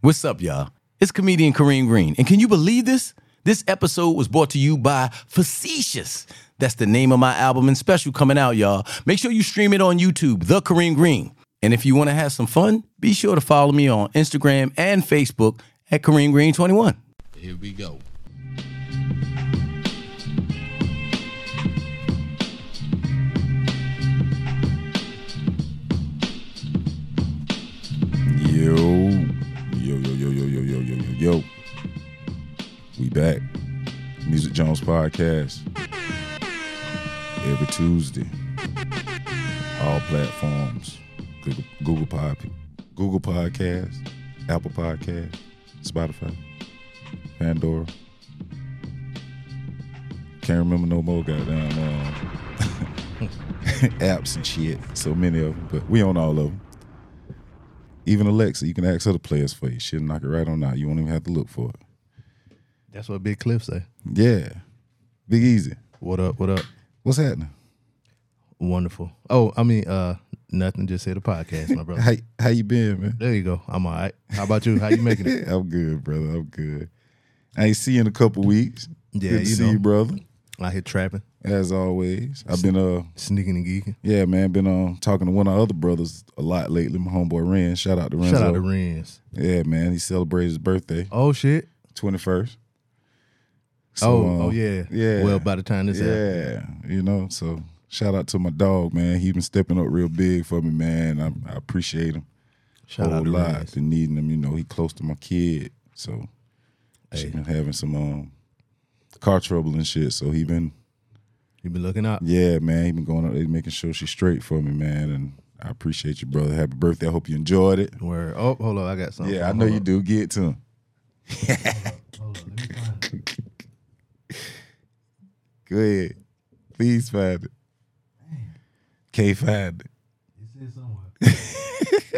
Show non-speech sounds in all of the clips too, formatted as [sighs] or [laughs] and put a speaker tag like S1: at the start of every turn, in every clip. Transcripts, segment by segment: S1: What's up, y'all? It's comedian Kareem Green. And can you believe this? This episode was brought to you by Facetious. That's the name of my album and special coming out, y'all. Make sure you stream it on YouTube, The Kareem Green. And if you want to have some fun, be sure to follow me on Instagram and Facebook at Kareem Green 21.
S2: Here we go.
S3: Yo, yo, yo, yo, yo, yo, yo, yo, yo, yo. We back. Music Jones Podcast. Every Tuesday. All platforms. Google, Google Pod, Google Podcast, Apple Podcast, Spotify, Pandora. Can't remember no more goddamn um, [laughs] apps and shit. So many of them, but we on all of them. Even Alexa, you can ask her to play us for you. She'll knock it right on out. You won't even have to look for it.
S4: That's what Big Cliff say.
S3: Yeah. Big Easy.
S4: What up? What up?
S3: What's happening?
S4: Wonderful. Oh, I mean, uh, nothing. Just say the podcast, my
S3: [laughs]
S4: brother.
S3: How how you been, man?
S4: There you go. I'm all right. How about you? How you making
S3: [laughs]
S4: it?
S3: I'm good, brother. I'm good. I ain't see you in a couple weeks.
S4: Yeah,
S3: good to
S4: you
S3: see
S4: know.
S3: you, brother.
S4: I hit trapping,
S3: As always, I've been uh,
S4: sneaking and geeking.
S3: yeah, man, been um talking to one of our other brothers a lot lately. My homeboy Ren, shout out to Renzo.
S4: Shout out to Renz.
S3: Yeah, man, he celebrated his birthday,
S4: Oh shit.
S3: twenty first.
S4: oh, oh yeah.
S3: uh, yeah.
S4: Well, by the time this yeah.
S3: Yeah, you know. So shout out to my dog, man. He been stepping up real big for me, man. I, I appreciate him.
S4: Shout out
S3: whole
S4: to
S3: lot.
S4: Renz.
S3: Been needing him, you know. He close to my kid, so she
S4: Hey.
S3: been having some um car trouble and shit. So he been,
S4: You been looking out.
S3: yeah, man. He been going out there making sure she's straight for me, man. And I appreciate you, brother. Happy birthday. I hope you enjoyed it.
S4: Where? Oh, hold on. I got something.
S3: Yeah, I
S4: Hold
S3: know you
S4: on.
S3: do. Get to him.
S4: Hold on, let me find it.
S3: Go ahead. Please find it. K find it.
S4: It's in somewhere.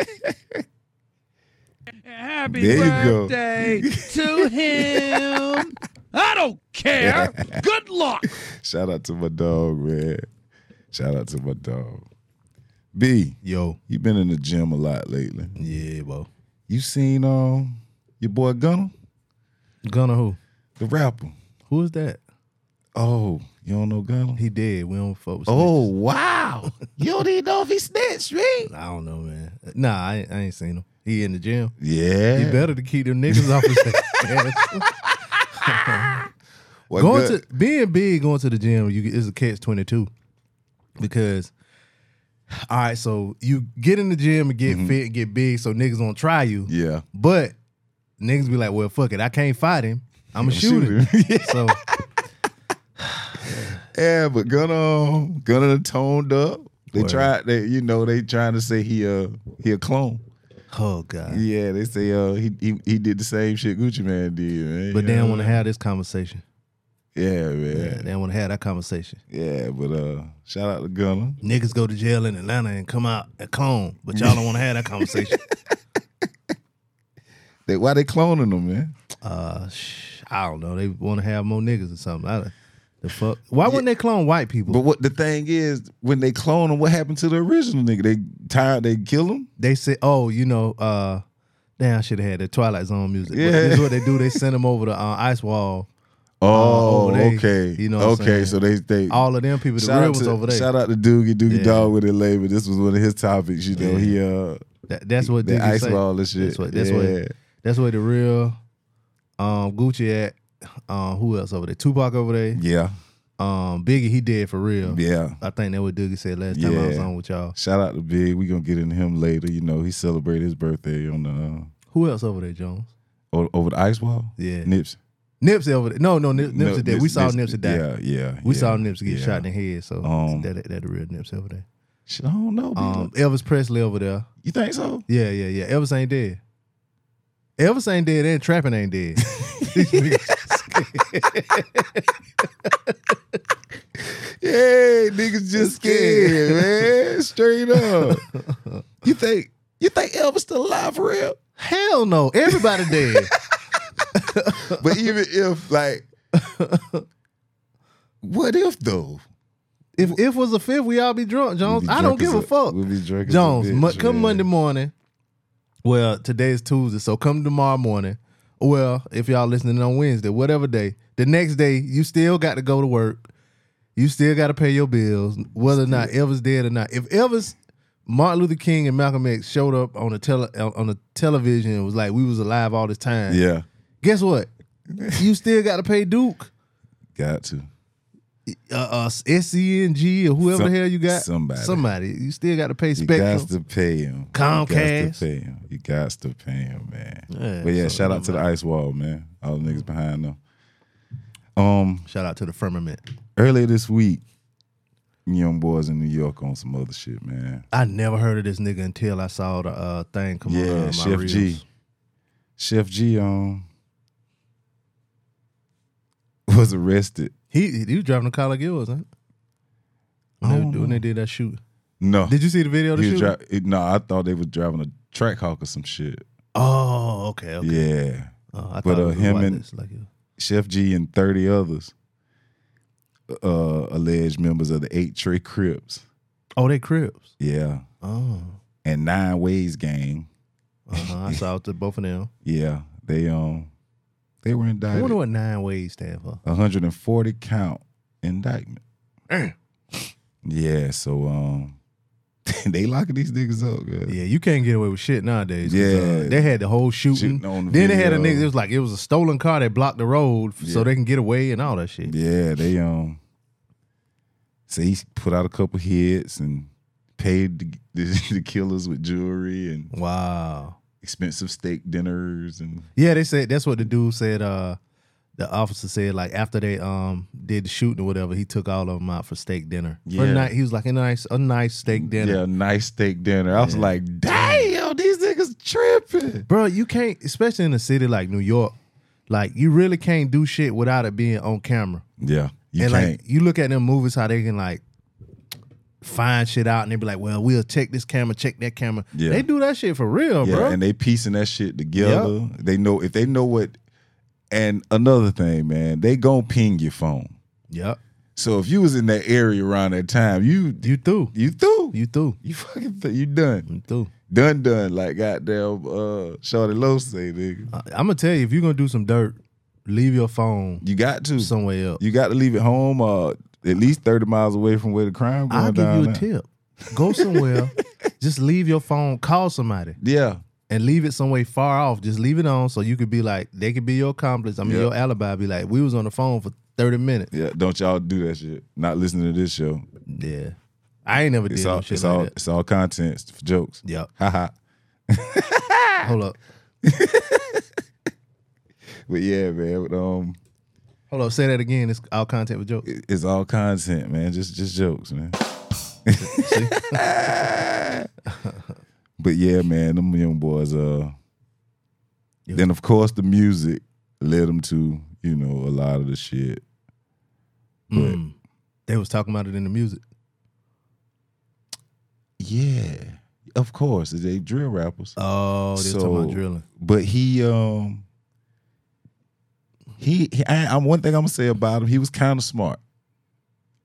S5: Happy
S3: There you go.
S5: birthday to
S1: [laughs]
S5: him. I don't care.
S3: [laughs]
S5: Good luck.
S3: Shout out to my dog, man. Shout out to my dog. B,
S4: Yo.
S3: you been in the gym a lot lately.
S4: Yeah, bro.
S3: You seen um your boy Gunner,
S4: Gunner who?
S3: the rapper.
S4: Who is that?
S3: Oh, you don't know Gunner?
S4: He dead. We don't fuck with
S3: Oh.
S4: snitches.
S3: wow. you don't even know if he snitched, me.
S4: I don't know, man. Nah, I, ain't- I ain't seen him. He in the gym.
S3: Yeah.
S4: He better to keep them niggas off his
S3: [laughs]
S4: ass.
S3: What
S4: going
S3: good-
S4: to being big, going to the gym, you is a catch twenty two, because all right, so you get in the gym and get fit and get big, so niggas gonna try you,
S3: Mm-hmm. Yeah.
S4: but niggas be like, well, fuck it, I can't fight him, I'm gonna shoot him.
S3: [laughs]
S4: so
S3: Yeah, but Gunner um, Gunner done toned up. They
S4: Word.
S3: tried they you know, they trying to say he uh he a clone.
S4: oh god,
S3: Yeah, they say uh he he, he did the same shit Gucci Man did, man.
S4: but they
S3: Yeah.
S4: don't want to have this conversation.
S3: Yeah, man.
S4: They don't want to have that conversation.
S3: Yeah, but uh shout out to Gunner.
S4: Niggas go to jail in Atlanta and come out a clone, but y'all don't want to
S3: [laughs]
S4: have that conversation.
S3: They, why they cloning them, man?
S4: uh, sh- I don't know. They want to have more niggas or something. I, don't- the fuck? Why wouldn't they clone white people?
S3: But what the thing is, when they clone them, what happened to the original nigga? They tired, they kill him?
S4: they say, oh, you know, uh, damn, I should have had the Twilight Zone music. Yeah.
S3: Yeah.
S4: This is what they do. They send them over to uh, Ice Wall.
S3: Oh,
S4: Oh, they-
S3: okay.
S4: you know what I'm
S3: okay,
S4: saying?
S3: so they they
S4: All of them people, the
S3: shout
S4: real
S3: out,
S4: ones
S3: to,
S4: over there.
S3: shout out to Doogie Doogie
S4: Yeah.
S3: Dog with it label. This was one of his topics, you know. He uh
S4: That- that's what
S3: the
S4: Diddy
S3: ice
S4: say.
S3: ball and shit.
S4: That's what. That's
S3: Yeah.
S4: what. That's where the real um, Gucci at. Um, who else over there? Tupac over there.
S3: Yeah.
S4: Um, Biggie, he dead for real.
S3: Yeah.
S4: I think that what Doogie said last time I was
S3: Yeah.
S4: on with y'all.
S3: Shout out to Big. We gonna get into him later. You know, he celebrated his birthday on the
S4: Who else over there, Jones?
S3: uh, o- over the ice wall.
S4: Yeah.
S3: Nipsey.
S4: Nipsey over there. No, no, Nip- Nipsey
S3: No,
S4: dead.
S3: Nips-
S4: We saw
S3: Nips-
S4: Nipsey die.
S3: Yeah, yeah.
S4: We
S3: yeah,
S4: saw Nipsey get
S3: yeah.
S4: shot in the head. So
S3: Um,
S4: that that the real Nipsey over there.
S3: Shit, I don't know. B.
S4: Um, Elvis Presley over there.
S3: you think so?
S4: Yeah, yeah, yeah. Elvis ain't dead. Elvis ain't dead and trapping ain't
S3: [laughs]
S4: dead. These niggas-
S3: Yeah, niggas just
S4: Scared.
S3: scared, man. Straight up. [laughs] you think you think Elvis still alive for real?
S4: Hell no. Everybody dead.
S3: But even if like, what if though?
S4: If if was a fifth, we all be drunk, Jones. I don't give a fuck.
S3: We'll be drinking
S4: Jones, mu- come Monday morning. Well, today's Tuesday, so come tomorrow morning. Well, if y'all listening on Wednesday, whatever day, the next day you still got to go to work. You still got to pay your bills, whether or not Elvis dead or not. If Elvis, Martin Luther King, and Malcolm X showed up on the tele on the television and was like, "We was alive all this time."
S3: Yeah,
S4: Guess what? you still got to pay Duke,
S3: got to.
S4: uh, uh, SCNG, or whoever
S3: Some-
S4: the hell you got.
S3: somebody.
S4: somebody. You still got to pay
S3: You
S4: Spectrum.
S3: got to pay him. You got
S4: Comcast.
S3: to pay him. You got to pay him, man.
S4: Yeah,
S3: but yeah,
S4: so
S3: shout out to the ice wall, man. All the niggas behind them. Um,
S4: Shout out to the firmament.
S3: earlier this week, young boys in New York on some other shit, man.
S4: I never heard of this nigga until I saw the uh, thing come on uh,
S3: Yeah,
S4: my
S3: Chef
S4: reels.
S3: G. Chef G um [laughs] was arrested.
S4: He he he was driving a collar gills, huh? When they, when they did that shoot.
S3: No.
S4: Did you see the video of the
S3: he was
S4: shoot?
S3: dri- it- no, I thought they was driving a track hawk or some shit.
S4: oh, okay, okay.
S3: Yeah.
S4: Oh, I
S3: But,
S4: thought it
S3: uh,
S4: was a
S3: him
S4: white
S3: and-
S4: list, like it-
S3: Chef G and 30 others uh alleged members of the eight Trey Crips.
S4: Oh, they cribs.
S3: Yeah.
S4: Oh.
S3: And nine ways gang.
S4: Uh-huh. I saw it to both of them.
S3: Yeah. They um they were
S4: I wonder
S3: indicted.
S4: what nine ways stand for.
S3: 140 count indictment. Yeah, so um [laughs] they locking these niggas up, good.
S4: Yeah, you can't get away with shit nowadays. 'cause, uh,
S3: Yeah.
S4: they had the whole shooting.
S3: Shooting on the
S4: then they had a
S3: video.
S4: nigga. It was like it was a stolen car that blocked the road, f- so
S3: Yeah.
S4: they can get away and all that shit.
S3: Yeah, they um. So he put out a couple hits and paid [laughs] the, the, the killers with jewelry and
S4: Wow.
S3: expensive steak dinners and
S4: Yeah, they said that's what the dude said. Uh, the officer said like after they um did the shooting or whatever, he took all of them out for steak dinner. For a
S3: Yeah.
S4: ni- he was like a nice a nice steak dinner.
S3: yeah, nice steak dinner. I was like, damn, these niggas tripping.
S4: Bro, you can't, especially in a city like New York, like you really can't do shit without it being on camera.
S3: Yeah, you
S4: and
S3: can't.
S4: like you look at them movies, how they can like find shit out and they be like, well, we'll check this camera, check that camera.
S3: Yeah.
S4: They do that shit for real,
S3: yeah,
S4: bro.
S3: and they piecing that shit together. They know if they know what. And another thing, man, they gonna ping your phone.
S4: yep.
S3: So if you was in that area around that time, you
S4: You through.
S3: you through.
S4: You through.
S3: You fucking th- you done.
S4: You through.
S3: done done like goddamn uh Shorty Low say, nigga.
S4: I, I'm gonna tell you, if you're gonna do some dirt, leave your phone
S3: You got to.
S4: somewhere else.
S3: you got to leave it home uh at least 30 miles away from where the crime going
S4: I'll give
S3: down
S4: you a
S3: there.
S4: tip. Go
S3: [laughs]
S4: somewhere. just leave your phone. Call somebody
S3: Yeah.
S4: and leave it somewhere far off. Just leave it on so you could be like they could be your accomplice. I mean
S3: Yeah.
S4: your alibi. Be like we was on the phone for thirty minutes.
S3: Yeah, don't y'all do that shit. Not listening to this show.
S4: Yeah, I ain't never did
S3: It's
S4: no
S3: all
S4: shit
S3: it's
S4: like
S3: all
S4: that.
S3: it's all contents for jokes.
S4: Yep.
S3: Ha ha.
S4: Hold up.
S3: [laughs] But yeah, man. But, um
S4: Hold up. Say that again. It's all contact with jokes.
S3: it- it's all content, man. Just just jokes, man. [laughs] but yeah, man, them young boys uh
S4: Yeah.
S3: then of course the music led them to, you know, a lot of the shit.
S4: Mm. They was talking about it in the music.
S3: Yeah, of course. They drill rappers.
S4: Oh, they was talking about
S3: So-
S4: drilling.
S3: But he, um, he, he I, I'm one thing I'm gonna say about him. He was kind of smart,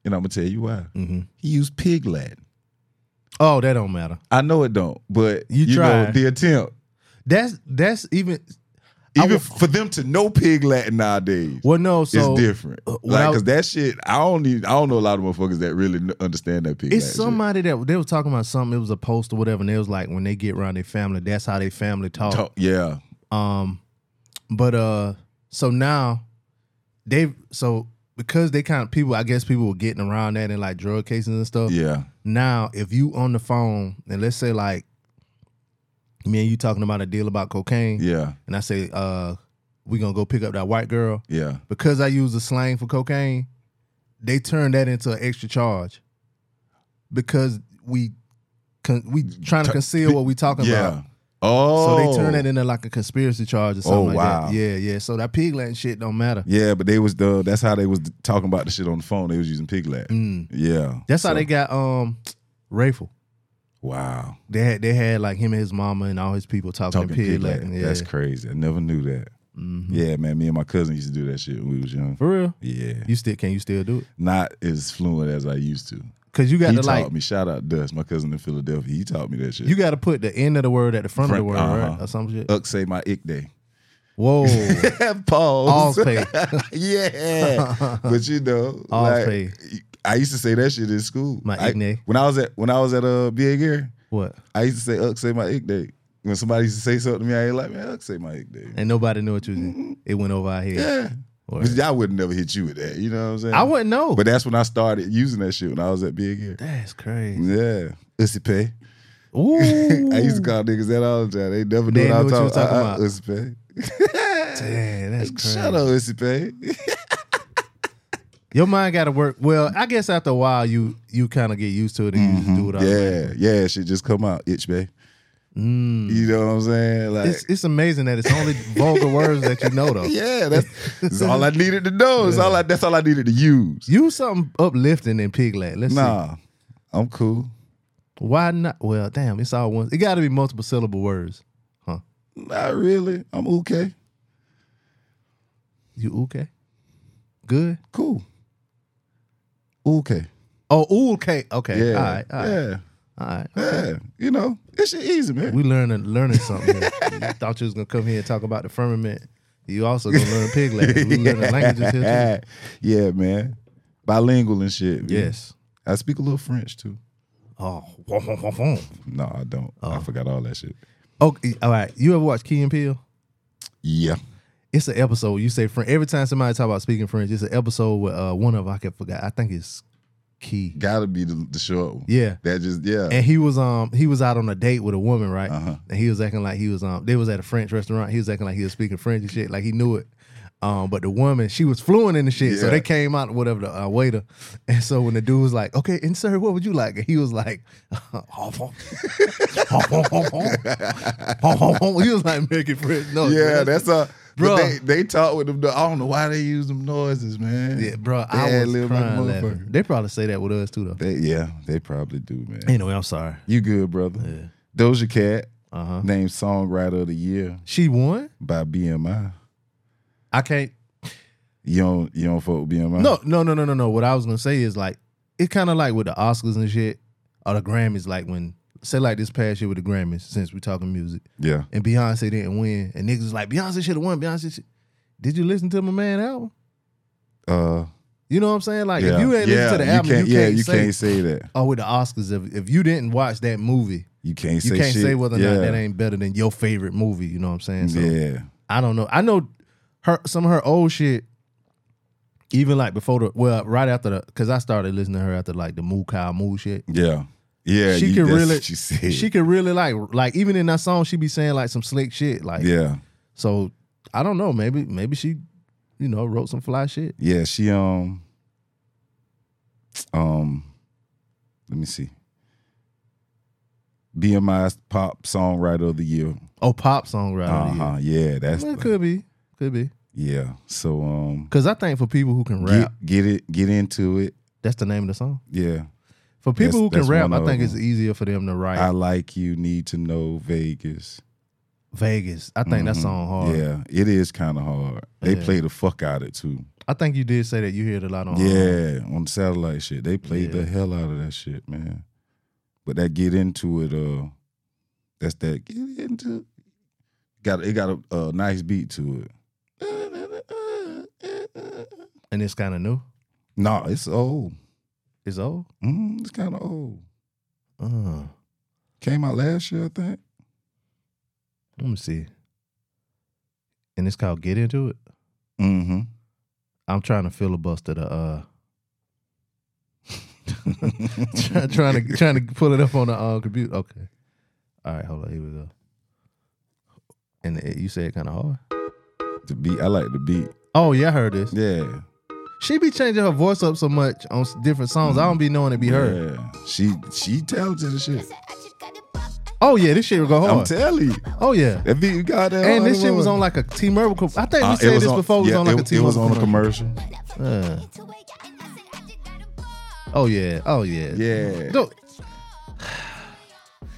S3: and I'm gonna tell you why.
S4: hmm
S3: He used pig Latin.
S4: Oh, that don't matter.
S3: I know it don't, but
S4: You
S3: you, know
S4: tried.
S3: the attempt.
S4: That's that's even. I
S3: Even
S4: wa-
S3: for them to know pig Latin nowadays
S4: well, no. So
S3: is different.
S4: uh, when
S3: like,
S4: I-
S3: cause that shit, I don't need. I don't know a lot of motherfuckers that really kn- understand that pig.
S4: It's
S3: Latin shit.
S4: somebody that they were talking about something. It was a post or whatever, and it was like when they get around their family, that's how they family talk.
S3: Talk- yeah,
S4: Um, but uh, so now they so because they kind of people, I guess people were getting around that in like drug cases and stuff.
S3: yeah,
S4: Now, if you on the phone and let's say like me and you talking about a deal about cocaine,
S3: yeah,
S4: and I say uh, we gonna go pick up that white girl
S3: yeah.
S4: because I use the slang for cocaine, they turn that into an extra charge because we con- we trying to conceal what we talking
S3: Mm, Yeah.
S4: about. So
S3: Oh.
S4: they turn that into like a conspiracy charge or something
S3: Oh,
S4: like
S3: wow.
S4: that. Yeah, yeah. So that pig Latin shit don't matter.
S3: Yeah, but they was the that's how they was talking about the shit on the phone. They was using pig Latin.
S4: Mm.
S3: Yeah.
S4: That's how
S3: So-
S4: they got um Rafel.
S3: Wow.
S4: They had they had like him and his mama and all his people talking, in
S3: Talking
S4: pig,
S3: pig
S4: Latin.
S3: Latin.
S4: Yeah. Mm-hmm.
S3: That's crazy. I never knew that. Yeah, man. Me and my cousin used to do that shit when we was young.
S4: For real?
S3: Yeah.
S4: You still can you still do it?
S3: Not as fluent as I used to.
S4: because you got
S3: He
S4: to
S3: taught
S4: like
S3: me. Shout out Dust, my cousin in Philadelphia. He taught me that shit.
S4: you got to put the end of the word at the front, of the word, right?
S3: uh-huh.
S4: Or some shit.
S3: Uck say my ick day. [laughs]
S4: Whoa, all's
S3: Pause. [laughs]
S4: paid.
S3: yeah, but you know,
S4: All's
S3: like,
S4: paid.
S3: I used to say that shit in school.
S4: My
S3: I-
S4: ick day.
S3: When I was at when I was at uh BA Gear,
S4: What?
S3: I used to say Uck say my ick day. When somebody used to say something to me, I ain't like man, Uck say my ick day.
S4: And nobody knew what you was in. It went over our head.
S3: Yeah,
S4: Or-
S3: But I would never hit you with that. You know what I'm saying?
S4: [laughs] I wouldn't know.
S3: But that's when I started using that shit when I was at Big Gear.
S4: That's crazy.
S3: [laughs] Yeah. Ussy pay.
S4: Ooh,
S3: I used to call niggas that all the time. They never knew
S4: They
S3: what I was
S4: knew what
S3: talking
S4: you
S3: about.
S4: was
S3: Ussy pay.
S4: Damn, that's crazy.
S3: Shut up, Ussy pay.
S4: Your mind got to work. Well, I guess after a while, you you kind of get used to it and you just do it. All
S3: Mm-hmm. yeah, yeah, shit just come out, itch bay. You know what I'm saying? Like,
S4: Mm. It's, it's amazing that it's
S3: [laughs]
S4: only vulgar words that you know though.
S3: yeah, that's,
S4: [laughs]
S3: that's all I needed to know. It's all I, that's all I needed to use.
S4: Use something uplifting in Piglet. Let's see.
S3: Nah, I'm cool.
S4: Why not? Well, damn, it's all one. It got to be multiple syllable words.
S3: Not really. I'm okay.
S4: You okay? Good.
S3: Cool. Okay.
S4: Oh, ooh, okay. Okay.
S3: Yeah.
S4: All right. All right.
S3: yeah.
S4: All right.
S3: Yeah. You know, it's shit easy, man.
S4: We learning learning something. here. you thought you was gonna come here and talk about the firmament. You also gonna learn Piglet. We learning languages here
S3: yeah. [laughs] yeah, man. Bilingual and shit. man.
S4: too. Yes.
S3: I speak a little French too.
S4: Oh. [laughs] whoom, whoom, whoom, whoom.
S3: No, I don't.
S4: Oh.
S3: I forgot all that shit.
S4: Okay. All right. You ever watch Key and Peele?
S3: Yeah.
S4: It's an episode. You say French every time somebody talk about speaking French. It's an episode with uh, one of I can forgot. I think it's Key.
S3: Gotta be the, the short one.
S4: Yeah.
S3: That just yeah.
S4: And he was um he was out on a date with a woman, right?
S3: Uh-huh.
S4: And he was acting like he was um they was at a French restaurant. He was acting like he was speaking French and shit, like he knew it. Um, but the woman, she was fluent in the shit, so
S3: Yeah.
S4: they came out whatever the uh, waiter. And so when the dude was like, "Okay, and sir, what would you like?" And he was like, [laughs] "Hom, hom, hom, hom, hom, hom, hom, hom." "He was like making French." No,
S3: yeah, that's a
S4: Oh, Bruh.
S3: bro. They, they talk with them. I don't know why they use them noises, man.
S4: yeah, bro.
S3: They
S4: I was
S3: ad-lib like a
S4: crying laughing.
S3: motherfucker.
S4: They probably say that with us too, though.
S3: They, yeah, they probably do, man.
S4: Anyway, I'm sorry.
S3: You good, brother? Doja Cat
S4: Uh-huh.
S3: named Songwriter of the Year
S4: She won.
S3: by BMI.
S4: I can't.
S3: You don't you don't fuck with BMI?
S4: No, no, no, no, no, no. What I was gonna say is like it kind of like with the Oscars and shit or the Grammys. Like when say like this past year with the Grammys, since we're talking music,
S3: Yeah.
S4: and Beyonce didn't win, and niggas was like Beyonce should have won. Beyonce, should... did you listen to my man album?
S3: Uh.
S4: You know what I'm saying? Like
S3: yeah.
S4: if you ain't
S3: yeah.
S4: listen to the album, you
S3: can't,
S4: can't,
S3: yeah, you
S4: say.
S3: can't say that.
S4: Oh, with the Oscars, if, if you didn't watch that movie,
S3: You can't
S4: you
S3: say.
S4: can't
S3: shit.
S4: say whether or
S3: yeah.
S4: not that ain't better than your favorite movie. You know what I'm saying? So
S3: yeah.
S4: I don't know. I know her some of her old shit. Even like before the well, right after the because I started listening to her after like the Moo Cow Moo shit.
S3: Yeah. Yeah.
S4: she
S3: you,
S4: can
S3: that's
S4: really
S3: What you said.
S4: she can really like like even in that song she be saying like some slick shit like
S3: Yeah.
S4: so I don't know maybe maybe she you know wrote some fly shit
S3: Yeah. She um. Um. Let me see. BMI's pop songwriter of the year.
S4: oh pop songwriter
S3: Uh huh. Yeah. That's
S4: well, it
S3: the-
S4: could be could be
S3: yeah. So um.
S4: because I think for people who can rap
S3: Get, get it. Get into it.
S4: that's the name of the song
S3: Yeah.
S4: for people
S3: That's-
S4: who can
S3: that's
S4: rap
S3: one
S4: I
S3: of
S4: think
S3: them.
S4: it's easier for them to write
S3: I like you. Need to know Vegas.
S4: Vegas I think that
S3: Mhm.
S4: song hard
S3: Yeah, it is kind of hard. They
S4: Yeah.
S3: play the fuck out of it too.
S4: I think you did say that you hear it a lot on um,
S3: Yeah, on the satellite shit. They played
S4: Uh-huh. Yeah.
S3: the hell out of that shit, man. But that get into it, uh that's that get into got it got a, a nice beat to it.
S4: and it's kind of new
S3: Nah, it's old.
S4: it's old
S3: Mm, it's kind of old.
S4: uh,
S3: Came out last year, I think.
S4: let me see and it's called Get Into It
S3: Mm-hmm.
S4: I'm trying to filibuster the uh [laughs] try, trying to trying to pull it up on the uh, computer. Okay. All right, hold on. Here we go. And it, you said kind of hard.
S3: The beat, I like the beat.
S4: Oh yeah, I heard this.
S3: Yeah,
S4: She be changing her voice up so much on s- different songs. I don't be knowing it be her.
S3: yeah. She she talented as shit.
S4: Oh yeah, this shit will go
S3: I'm
S4: hard.
S3: telling you,
S4: oh yeah.
S3: that beat got that.
S4: And
S3: hard,
S4: this shit was
S3: boy.
S4: on like a T-Mobile. com- I think we
S3: Uh,
S4: said this before. It was
S3: yeah,
S4: on like a
S3: it, it
S4: T-Mobile.
S3: was on a
S4: commercial.
S3: commercial.
S4: Uh. Oh yeah. Oh yeah.
S3: Yeah.
S4: Don't-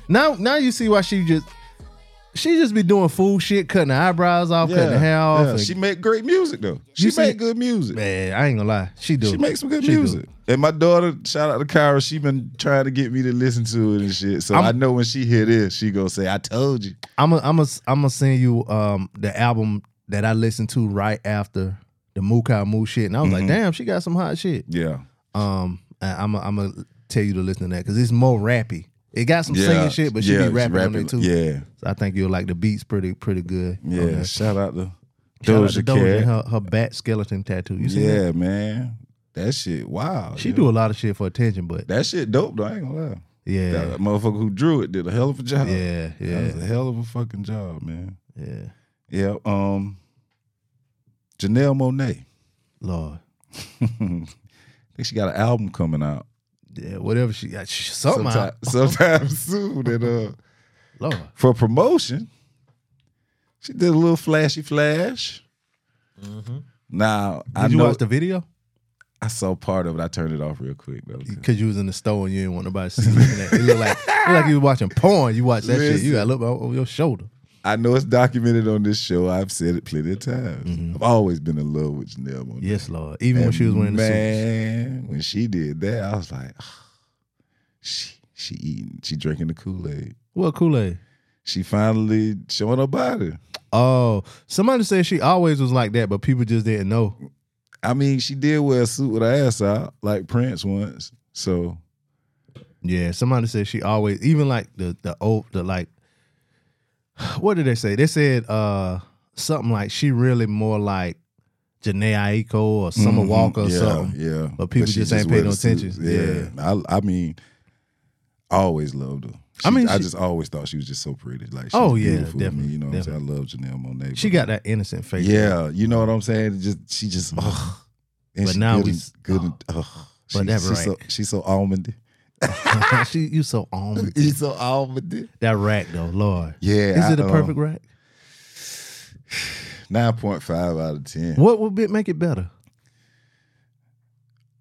S4: Now, now you see why she just She just be doing fool shit, cutting her eyebrows off, cutting her hair off.
S3: yeah.
S4: and-
S3: She make great music though. She
S4: You
S3: make
S4: see-
S3: good music.
S4: man, I ain't gonna lie, she do.
S3: She makes some good
S4: She do.
S3: music. And my daughter, shout out to Kyra, she been trying to get me to listen to it and shit. So i
S4: I'm-
S3: know when she hear this, she gonna say, "I told you."
S4: I'm a, I'm a, I'm gonna send you um the album that I listened to right after the Mukai Moo shit, and I was like,
S3: Mm-hmm.
S4: damn, she got some hot shit.
S3: Yeah,
S4: Um, I'm i I'm gonna tell you to listen to that because it's more rappy. It got some singing shit, but she
S3: yeah,
S4: be rapping, on it too.
S3: Yeah,
S4: So I think you'll like the beats pretty pretty good. on
S3: yeah.
S4: that.
S3: Shout out to
S4: Shout out to
S3: Doja
S4: Doja and
S3: Cat.
S4: her, her bat skeleton tattoo. You see that?
S3: Yeah, man, that shit. Wow,
S4: She
S3: yeah.
S4: do a lot of shit for attention, but
S3: that shit dope though. I ain't gonna lie.
S4: yeah,
S3: That motherfucker who drew it did a hell of a job.
S4: yeah,
S3: that
S4: yeah,
S3: was a hell of a fucking job, man.
S4: yeah.
S3: Yeah. Um, Janelle Monet.
S4: Lord,
S3: think she got an album coming out.
S4: yeah, whatever she got, sh- something. out.
S3: Someti- sometime [laughs] soon. And uh,
S4: Lord,
S3: for promotion, she did a little flashy flash. Now I
S4: did you
S3: know
S4: watch the video?
S3: I saw part of it. I turned it off real quick though.
S4: Because you was in the store and you didn't want nobody to see you looking at it. It looked like, it looked like you was watching porn. You watch that shit. You got to look o- over your shoulder.
S3: I know it's documented on this show. I've said it plenty of times. I've always been in love with Janelle Monae.
S4: Yes, Lord. Even Mm-hmm. when she was wearing the suit.
S3: man, when she did that, I was like, she she eating, she drinking the Kool Aid.
S4: What Kool Aid?
S3: She finally showing her body.
S4: Oh, somebody said she always was like that, but people just didn't know.
S3: I mean, she did wear a suit with her ass out, like Prince once. So
S4: Yeah, somebody said she always, even like the the old the like, what did they say? They said uh something like she really more like Janae Aiko or Summer
S3: Mhm.
S4: Walker or
S3: yeah,
S4: something.
S3: Yeah,
S4: But people
S3: she
S4: just ain't
S3: wear
S4: pay no
S3: the suit.
S4: attention.
S3: Yeah, I, I mean, I always loved her. She-
S4: I mean,
S3: I
S4: she-
S3: just always thought she was just so pretty. Like, she
S4: Oh,
S3: was
S4: yeah,
S3: beautiful to me,
S4: definitely,
S3: You know, what I'm saying? I love Janelle Monae.
S4: She
S3: but-
S4: got that innocent face.
S3: yeah, you know what I'm saying. Just she just, ugh. And
S4: But
S3: she
S4: now
S3: good
S4: we-
S3: and- good. and- ugh. She-
S4: But that
S3: she's
S4: right.
S3: so she's so almondy.
S4: [laughs] she you so on
S3: She's so almondy.
S4: that rack though, Lord.
S3: Yeah,
S4: Is it a
S3: I, uh, um,
S4: perfect rack?
S3: Nine point five out of ten.
S4: What would be, make it better?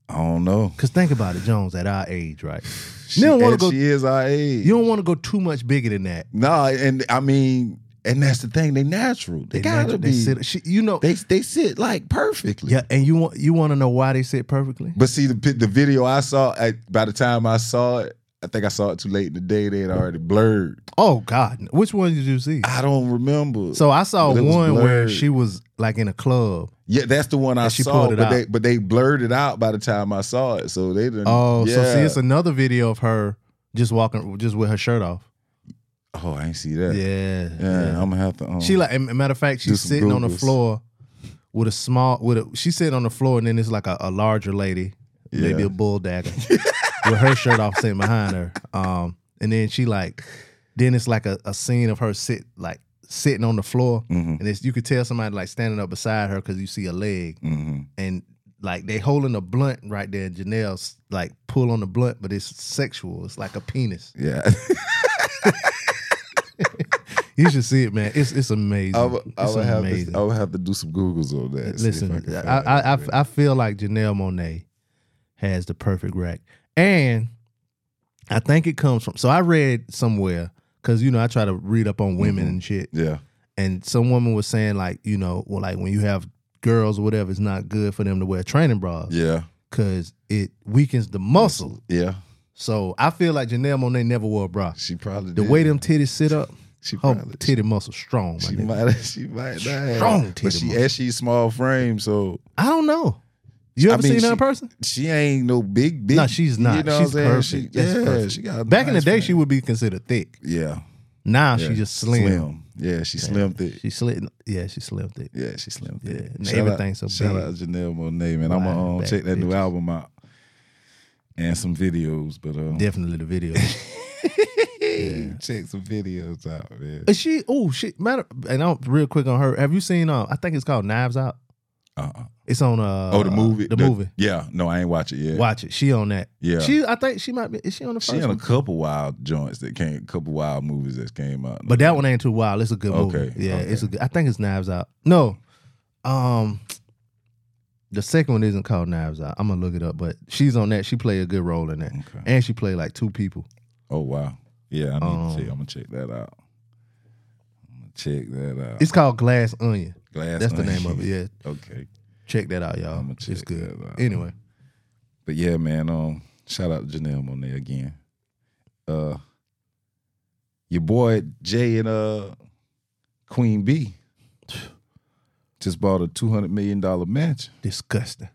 S3: I don't know.
S4: Cause think about it, Jones. At our age, right? You don't want
S3: And
S4: to go.
S3: She is our age.
S4: You don't want to go too much bigger than that.
S3: Nah, and I mean, and that's the thing. They natural. They, gotta
S4: natu-
S3: be.
S4: They sit, she, you know.
S3: They they sit like perfectly.
S4: yeah, and you want you want to know why they sit perfectly?
S3: But see the pi- the video I saw. I, by the time I saw it, I think I saw it too late in the day. They had already blurred.
S4: Oh God, which one did you see?
S3: I don't remember.
S4: So I saw
S3: But it was
S4: one where
S3: blurred.
S4: she was like in a club.
S3: yeah, that's the one I
S4: And she
S3: saw.
S4: pulled it
S3: but
S4: out.
S3: they but they blurred it out by the time I saw it. So they didn't.
S4: Oh, so
S3: yeah.
S4: see, it's another video of her just walking, just with her shirt off.
S3: oh, I ain't see that.
S4: Yeah,
S3: Yeah,
S4: yeah.
S3: I'm gonna have to. Um,
S4: She like, a matter of fact,
S3: Do
S4: she's
S3: some
S4: sitting on the
S3: Googles.
S4: floor with a small, with a. She's sitting on the floor, and then it's like a, a larger lady, maybe
S3: Yeah.
S4: a bull
S3: [laughs]
S4: dagger, with her shirt off, sitting behind her. Um, and then she like, then it's like a, a scene of her sit like sitting on the floor,
S3: Mm-hmm,
S4: and it's you could tell somebody like standing up beside her because you see a leg,
S3: Mhm.
S4: and like they holding a blunt right there. And Janelle's like pull on the blunt, but it's sexual. It's like a penis.
S3: Yeah,
S4: You should see it, man. It's it's amazing.
S3: [laughs] I would, I
S4: it's
S3: would have
S4: amazing.
S3: to. I would have to do some googles on that. see if I
S4: Listen,
S3: can
S4: I,
S3: find
S4: I,
S3: it.
S4: I, I feel like Janelle Monet has the perfect rack. And I think it comes from, so I read somewhere, because, you know, I try to read up on women
S3: Mm-hmm.
S4: and shit.
S3: yeah,
S4: And some woman was saying, like, you know, well, like when you have girls or whatever, it's not good for them to wear training bras
S3: yeah,
S4: because it weakens the muscle.
S3: yeah.
S4: So I feel like Janelle Monet never wore a bra.
S3: She probably
S4: The
S3: did.
S4: way them titties sit up,
S3: She
S4: her
S3: probably
S4: titty muscle strong. My
S3: She
S4: nigga.
S3: might [laughs] she might not have.
S4: Strong
S3: but
S4: titty
S3: she
S4: muscle.
S3: and she small frame, so
S4: I don't know. You
S3: I
S4: ever
S3: mean,
S4: seen her in
S3: she-
S4: person?
S3: she ain't no big big.
S4: No, she's not.
S3: You know
S4: she's
S3: what I'm
S4: perfect.
S3: saying? She,
S4: That's
S3: yeah,
S4: perfect.
S3: she got a
S4: Back in the
S3: nice
S4: day, she
S3: frame.
S4: would be considered thick.
S3: yeah,
S4: Now
S3: yeah.
S4: she just slim.
S3: Yeah, she slim thick.
S4: She slim. Yeah, she slim thick.
S3: Yeah, she slim thick.
S4: Yeah, and
S3: Shout
S4: everything's so
S3: out, Shout
S4: big.
S3: out to Janelle Monae, man. I'm
S4: Wide
S3: gonna um,
S4: back
S3: check that new
S4: bitches.
S3: album out and some videos, but um,
S4: Definitely the
S3: [laughs]
S4: video.
S3: check some videos out, man.
S4: Is she? Oh shit! Matter and I'm real quick on her. Have you seen? Uh, I think it's called Knives Out.
S3: Uh-uh.
S4: It's on. Uh,
S3: Oh, the movie.
S4: The, movie.
S3: Yeah, no, I ain't watch it yet.
S4: Watch it. She on that.
S3: Yeah.
S4: She. I think she might be. Is she on the first
S3: She in a
S4: one?
S3: couple wild joints that came, a couple wild movies that came out.
S4: But that one ain't too wild. It's a good
S3: Okay,
S4: movie. Yeah,
S3: okay.
S4: it's a good. I think it's Knives Out. No, um, the second one isn't called Knives Out. I'm gonna look it up. But she's on that. She played a good role in that,
S3: Okay.
S4: and she played like two people.
S3: Oh wow. Yeah, I need
S4: Um,
S3: to see. I'm gonna check that out. Check that out.
S4: It's called Glass Onion.
S3: Glass
S4: That's the
S3: Onion.
S4: name of it. Yeah,
S3: Okay.
S4: check that out, y'all.
S3: I'ma
S4: it's
S3: check
S4: good.
S3: that out.
S4: Anyway,
S3: But yeah, man. Um, shout out to Janelle Monet again. Uh, your boy Jay and uh
S4: [sighs]
S3: Queen B just bought a two hundred million dollar mansion,
S4: disgusting.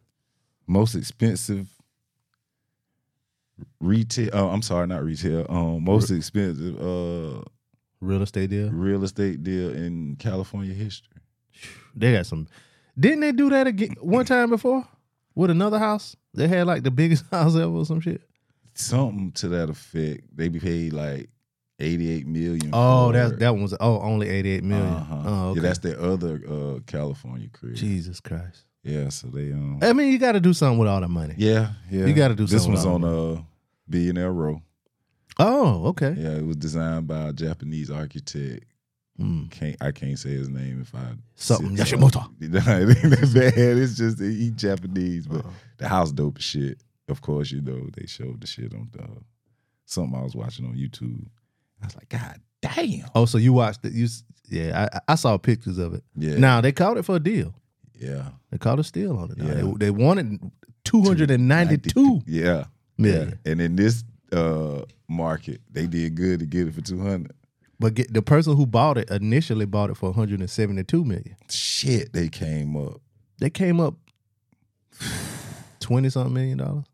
S3: most expensive retail. Uh, I'm sorry, not retail. Um, most expensive uh
S4: Real estate deal.
S3: real estate deal in California history.
S4: They got some. Didn't they do that again
S3: [clears throat]
S4: one time before with another house? They had like the biggest [laughs] house ever or some shit.
S3: Something to that effect. They be paid like eighty eight million.
S4: Oh,
S3: for
S4: that
S3: it.
S4: that one was oh only eighty eight million.
S3: Uh-huh.
S4: Oh, okay.
S3: Yeah, that's their other uh, California crib.
S4: Jesus Christ.
S3: Yeah, so they um.
S4: I mean, you got to do something with all that money.
S3: Yeah, yeah.
S4: You gotta do
S3: this
S4: something
S3: one's
S4: with
S3: on uh, Billionaire Row.
S4: Oh, okay.
S3: Yeah, it was designed by a Japanese architect.
S4: Mm.
S3: Can't I can't say his name if I
S4: Something
S3: said-
S4: Yashimoto.
S3: [laughs] Nah, it ain't that bad. It's just that he Japanese, but the house dope as shit. Of course, you know they showed the shit on the something I was watching on YouTube. I was like, God damn.
S4: Oh, so you watched it? You s- yeah, I- I, I saw pictures of it.
S3: Yeah,
S4: Now they called it for a deal.
S3: yeah.
S4: They called a steal on it. Now,
S3: Yeah.
S4: They, they wanted two hundred and ninety two
S3: Yeah.
S4: million,
S3: And in this uh market, they did good to get it for two hundred.
S4: but get, the person who bought it initially bought it for one hundred and seventy two million.
S3: Shit, they came up.
S4: They came up [sighs] twenty something million dollars.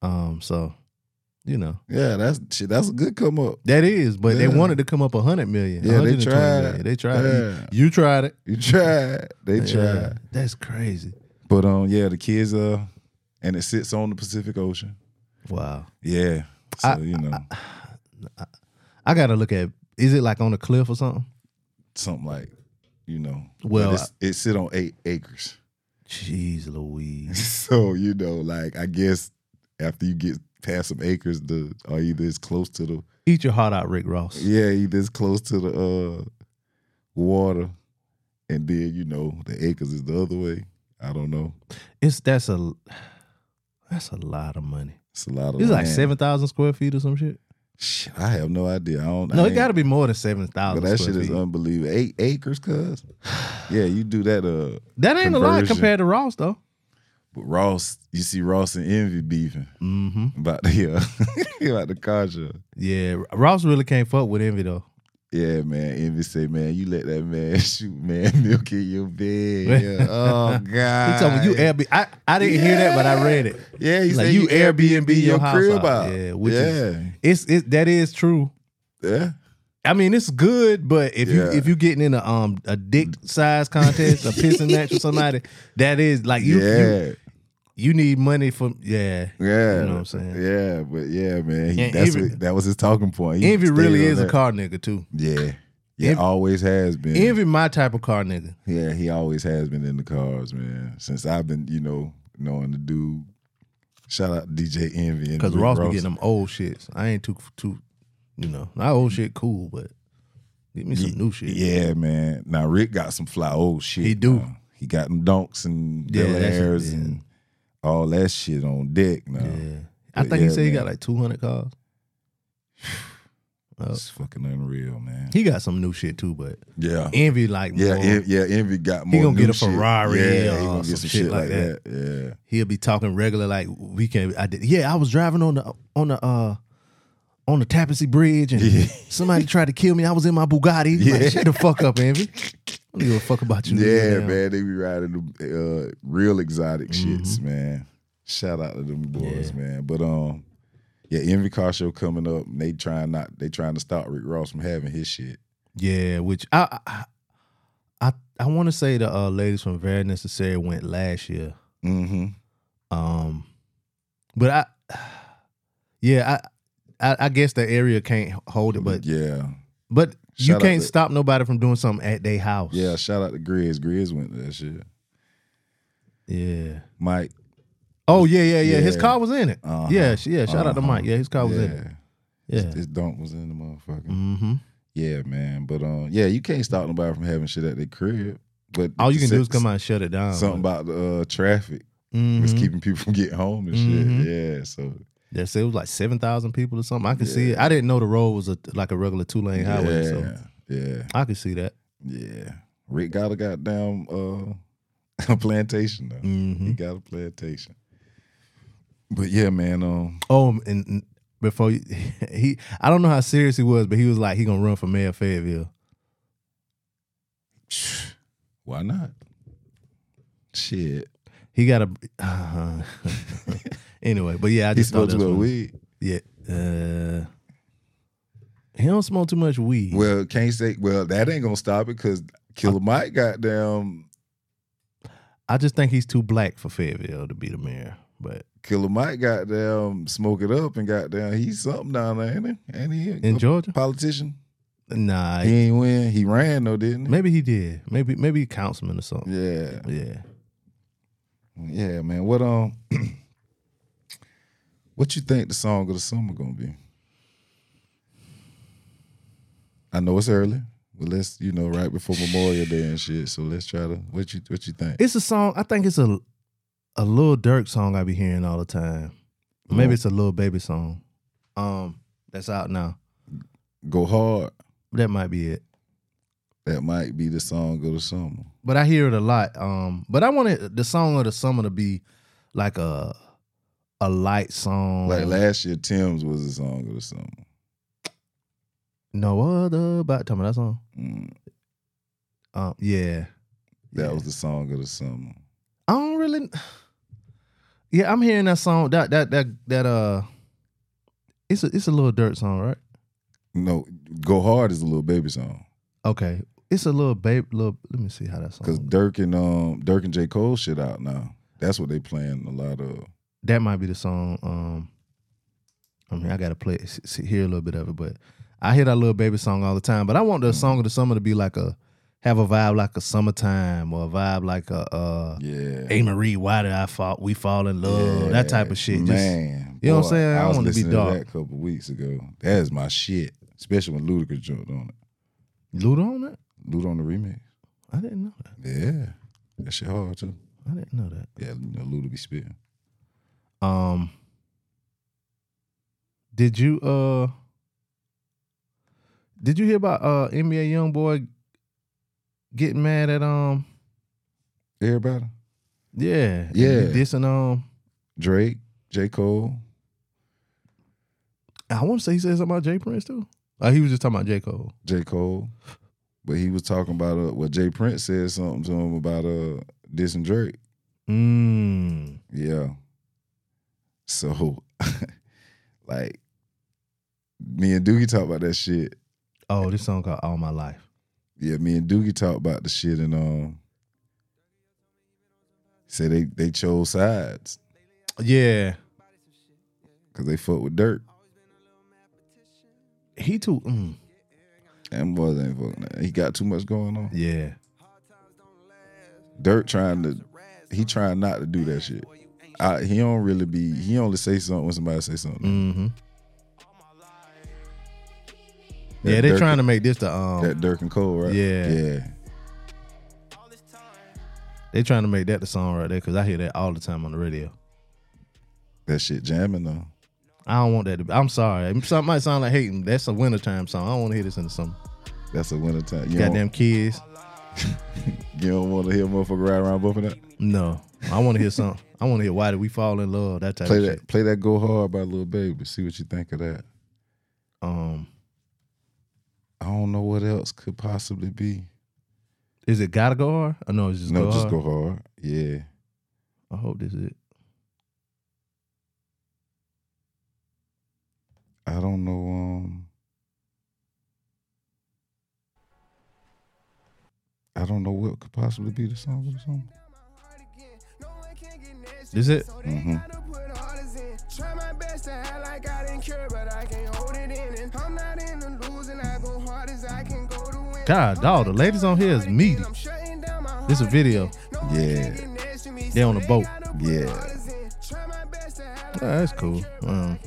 S4: Um, so you know
S3: Yeah, that's shit. That's a good come up.
S4: that is, but they
S3: Yeah.
S4: wanted to come up a hundred million.
S3: Yeah, they
S4: 120
S3: tried.
S4: million. They tried. You-
S3: Yeah.
S4: You, tried it.
S3: You tried. They
S4: Yeah.
S3: tried.
S4: That's crazy.
S3: But um, yeah, the kids uh, and it sits on the Pacific Ocean.
S4: Wow.
S3: Yeah. So
S4: I-
S3: you know,
S4: I gotta look at. Is it like on a cliff or something?
S3: something like, you know,
S4: Well,
S3: but it's, it sit on eight acres. [laughs]
S4: Jeez Louise.
S3: So you know, like I guess after you get past some acres, the or either it's close to the
S4: Eat your heart out, Rick Ross.
S3: Yeah, he this close to the uh water, and then you know the acres is the other way. I don't know.
S4: It's that's a that's a lot of money.
S3: It's a lot of.
S4: It's like
S3: land.
S4: seven thousand square feet or some shit.
S3: Shit, I have no idea. I don't.
S4: No,
S3: I
S4: it got to be more than seven
S3: But
S4: thousand.
S3: that
S4: square
S3: shit is
S4: feet.
S3: unbelievable. Eight acres, cuz. [sighs] Yeah, you do that. Uh,
S4: that ain't a lot
S3: conversion.
S4: compared to Ross though.
S3: with Ross, you see Ross and Envy beefing
S4: Mm-hmm.
S3: about the uh, [laughs] about the car show.
S4: Yeah, Ross really can't fuck with envy though.
S3: Yeah, man. Envy say, man, you let that man [laughs] shoot, man, milk in your bed. Yeah. Oh
S4: [laughs]
S3: God.
S4: He told me you Airbnb. I, I didn't hear that, but I read it.
S3: Yeah, you
S4: Like,
S3: say
S4: you
S3: you Airbnb
S4: Airbnb your
S3: your
S4: house
S3: crib
S4: out.
S3: out.
S4: Yeah, which
S3: yeah.
S4: is- It's it that is true.
S3: yeah.
S4: I mean, it's good, but if you
S3: Yeah.
S4: if you getting in a um a dick size contest, a pissing match with somebody,
S3: [laughs]
S4: that is like you you,
S3: yeah,
S4: you need money for yeah.
S3: yeah,
S4: know what I'm saying?
S3: Yeah, but yeah, man, he,
S4: And
S3: that's
S4: Envy-
S3: what, that was his talking point. He
S4: Envy
S3: stayed
S4: really
S3: on
S4: is a
S3: that.
S4: car nigga too.
S3: Yeah, yeah,
S4: Envy-
S3: always has been.
S4: Envy my type of car nigga.
S3: Yeah, he always has been in the cars, man. Since I've been, you know, knowing the dude. Shout out DJ Envy and
S4: Cause
S3: Rick
S4: Ross be getting them old shits. I ain't too too, you know. My old shit cool, but give me some new shit.
S3: Yeah, man. Now Rick got some fly old shit.
S4: He do.
S3: now. He got them donks and
S4: Yeah,
S3: yeah,
S4: that's- yeah.
S3: and all that shit on deck now.
S4: Yeah. I
S3: But
S4: think he
S3: yeah,
S4: said he
S3: man.
S4: got like two hundred cars. Oh,
S3: It's fucking unreal, man.
S4: he got some new shit too, but
S3: yeah.
S4: Envy like
S3: Yeah,
S4: more.
S3: En- yeah, Envy got more.
S4: gonna
S3: new
S4: get a
S3: shit.
S4: Ferrari
S3: Yeah,
S4: or
S3: he gonna
S4: some
S3: get some
S4: shit
S3: shit
S4: like
S3: like
S4: that.
S3: that. Yeah,
S4: he'll be talking regular like we can I did yeah, I was driving on the on the uh on the Tappan Zee Bridge and
S3: Yeah.
S4: somebody tried to kill me. I was in my Bugatti.
S3: Yeah.
S4: Like, shut the fuck up, Envy. I don't give a fuck about you.
S3: yeah,
S4: Damn.
S3: man. They be riding the uh, real exotic shits, man. Shout out to them boys,
S4: Mm-hmm. Yeah.
S3: man. But um, yeah, Envy Car Show coming up. And they trying not. They trying to stop Rick Ross from having his shit.
S4: Yeah, which I I I, I want to say the uh, ladies from Very Necessary went last year.
S3: Mm-hmm.
S4: Um, but I, yeah, I, I I guess the area can't hold it, but
S3: yeah,
S4: but you
S3: Shout out
S4: can't
S3: to-
S4: stop nobody from doing something at their house.
S3: yeah. Shout out to Grizz. Grizz went to that shit.
S4: yeah.
S3: Mike.
S4: Oh yeah, yeah, yeah. His
S3: Yeah.
S4: car was in it.
S3: Uh-huh.
S4: Yeah, sh- yeah. Shout out to
S3: Uh-huh.
S4: Mike. Yeah, his car was in it.
S3: Yeah.
S4: Yeah.
S3: This donk was in the motherfucker.
S4: Mm-hmm.
S3: Yeah, man. But um, yeah, you can't stop nobody from having shit at their crib. But
S4: All you can
S3: say-
S4: do is come out and shut it down.
S3: Something about the uh, traffic
S4: Mhm.
S3: [laughs] was keeping people from getting home and
S4: Mhm.
S3: shit. Yeah, so
S4: They said it was like seven thousand people or something. I can see it. I didn't know the road was a, like a regular two lane highway, so
S3: Yeah, yeah,
S4: I could see that.
S3: yeah. Rick got a goddamn uh, [laughs] plantation though.
S4: Mm-hmm.
S3: He got a plantation. But yeah, man. Um,
S4: Oh, and- and before you, [laughs] he, I don't know how serious he was, but he was like he gonna run for mayor of
S3: [sighs]
S4: Fayetteville.
S3: why not? Shit.
S4: He [sighs] got a. [laughs] anyway, but yeah, I
S3: He
S4: just thought
S3: smoked
S4: that
S3: too
S4: was funny.
S3: much weed.
S4: Yeah, uh, he don't smoke too much weed.
S3: Well, can't say. Well, that ain't gonna stop it because Killer Mike goddamn
S4: I just think he's too black for Fayetteville to be the mayor. But
S3: Killer Mike goddamn smoke it up and goddamn he's something down there, ain't he? Ain't he?
S4: in
S3: a
S4: Georgia,
S3: politician.
S4: nah,
S3: He ain't win. He ran though, didn't he?
S4: maybe he did. Maybe maybe councilman or something.
S3: Yeah.
S4: Yeah.
S3: Yeah, man. What um [clears throat] what you think the song of the summer gonna be? I know it's early, but let's, you know, right before Memorial Day and shit. So let's try to what you what you think?
S4: It's a song. I think it's a a little Dirk song I be hearing all the time. Maybe
S3: Mm.
S4: it's a little baby song. Um, that's out now.
S3: Go hard.
S4: That might be it.
S3: That might be the song of the summer.
S4: But I hear it a lot. Um, but I wanted the song of the summer to be like a a light song.
S3: Like last year, Tim's was the song of the summer.
S4: no other. But tell me that song.
S3: Mm,
S4: Um, yeah.
S3: Uh, that
S4: Yeah.
S3: was the song of the summer.
S4: I don't really. [sighs] Yeah, I'm hearing that song. That that that that uh, it's a it's a little dirt song, right?
S3: No, Go Hard is a little baby song.
S4: Okay, it's a little babe. Little, let me see how that
S3: Cause
S4: song.
S3: Dirk and um Dirk and J. Cole shit out now. That's what they playing a lot of.
S4: that might be the song. Um, I mean, I gotta play s- s- hear a little bit of it, but I hear that little baby song all the time. But I want the
S3: Mm-hmm.
S4: song of the summer to be like a have a vibe like a summertime or a vibe like a uh,
S3: Yeah.
S4: Hey Marie, why did I fall? We fall in love. that type of shit. Just,
S3: Man,
S4: you know what I'm
S3: boy,
S4: saying? I
S3: was
S4: wanna be
S3: listening
S4: dark.
S3: that a couple weeks ago. That is my shit. Especially when Ludacris jumped on it.
S4: Luda on that?
S3: Luda on the remix.
S4: I didn't know that.
S3: Yeah, that shit hard too.
S4: I didn't know that.
S3: Yeah, you know Luda be spitting.
S4: Um Did you uh Did you hear about uh NBA young boy getting mad at um
S3: Everybody,
S4: yeah, and
S3: Yeah.
S4: dissing um
S3: Drake, J. Cole.
S4: I want to say he said something about Jay Prince too. Uh, he was just talking about J Cole.
S3: J. Cole. But he was talking about uh well Jay Prince said something to him about uh this and Drake.
S4: Mm.
S3: Yeah. So [laughs] like me and Doogie talk about that shit.
S4: Oh, this song called All My Life.
S3: Yeah, me and Doogie talk about the shit and um say they they chose sides
S4: Yeah,
S3: because they fuck with dirt.
S4: he too. Mm.
S3: And boys ain't fucking that. He got too much going on.
S4: Yeah,
S3: Dirt trying to he trying not to do that shit. I, he don't really be he only say something when somebody say something.
S4: mm-hmm.
S3: That
S4: yeah. They're
S3: Dirk-
S4: trying to make this the um.
S3: that Dirk and Cole, right?
S4: Yeah.
S3: Yeah.
S4: They trying to make that the song right there because I hear that all the time on the radio.
S3: That shit jamming though.
S4: I don't want that to be. I'm sorry. It some- might sound like hating. That's a wintertime song. I don't want to hear this in the summer.
S3: That's a winter time. You
S4: Goddamn kids.
S3: Don't, you don't want to hear a motherfucker ride around bumping that.
S4: No. I want to hear something. I want to hear Why Did We Fall in Love? That type
S3: Play
S4: of
S3: that.
S4: shit.
S3: Play that. Go hard by Lil Baby. See what you think of that.
S4: Um,
S3: I don't know what else could possibly be.
S4: is it Gotta Go Hard? Or no, it's just
S3: no,
S4: Go
S3: just
S4: Hard?
S3: go hard. Yeah.
S4: I hope this is it.
S3: I don't know. Um. I don't know what could possibly be the song of the song.
S4: This it?
S3: Mm-hmm.
S2: Try my best to act like I didn't care, but I can't hold it in. And I'm not in the losing, I go hard as I can go to win.
S4: God, dog, the ladies on here is meaty.
S2: I'm shutting down my
S4: This a video.
S3: Yeah.
S4: They on a boat.
S3: Yeah.
S4: Oh, that's cool. Um,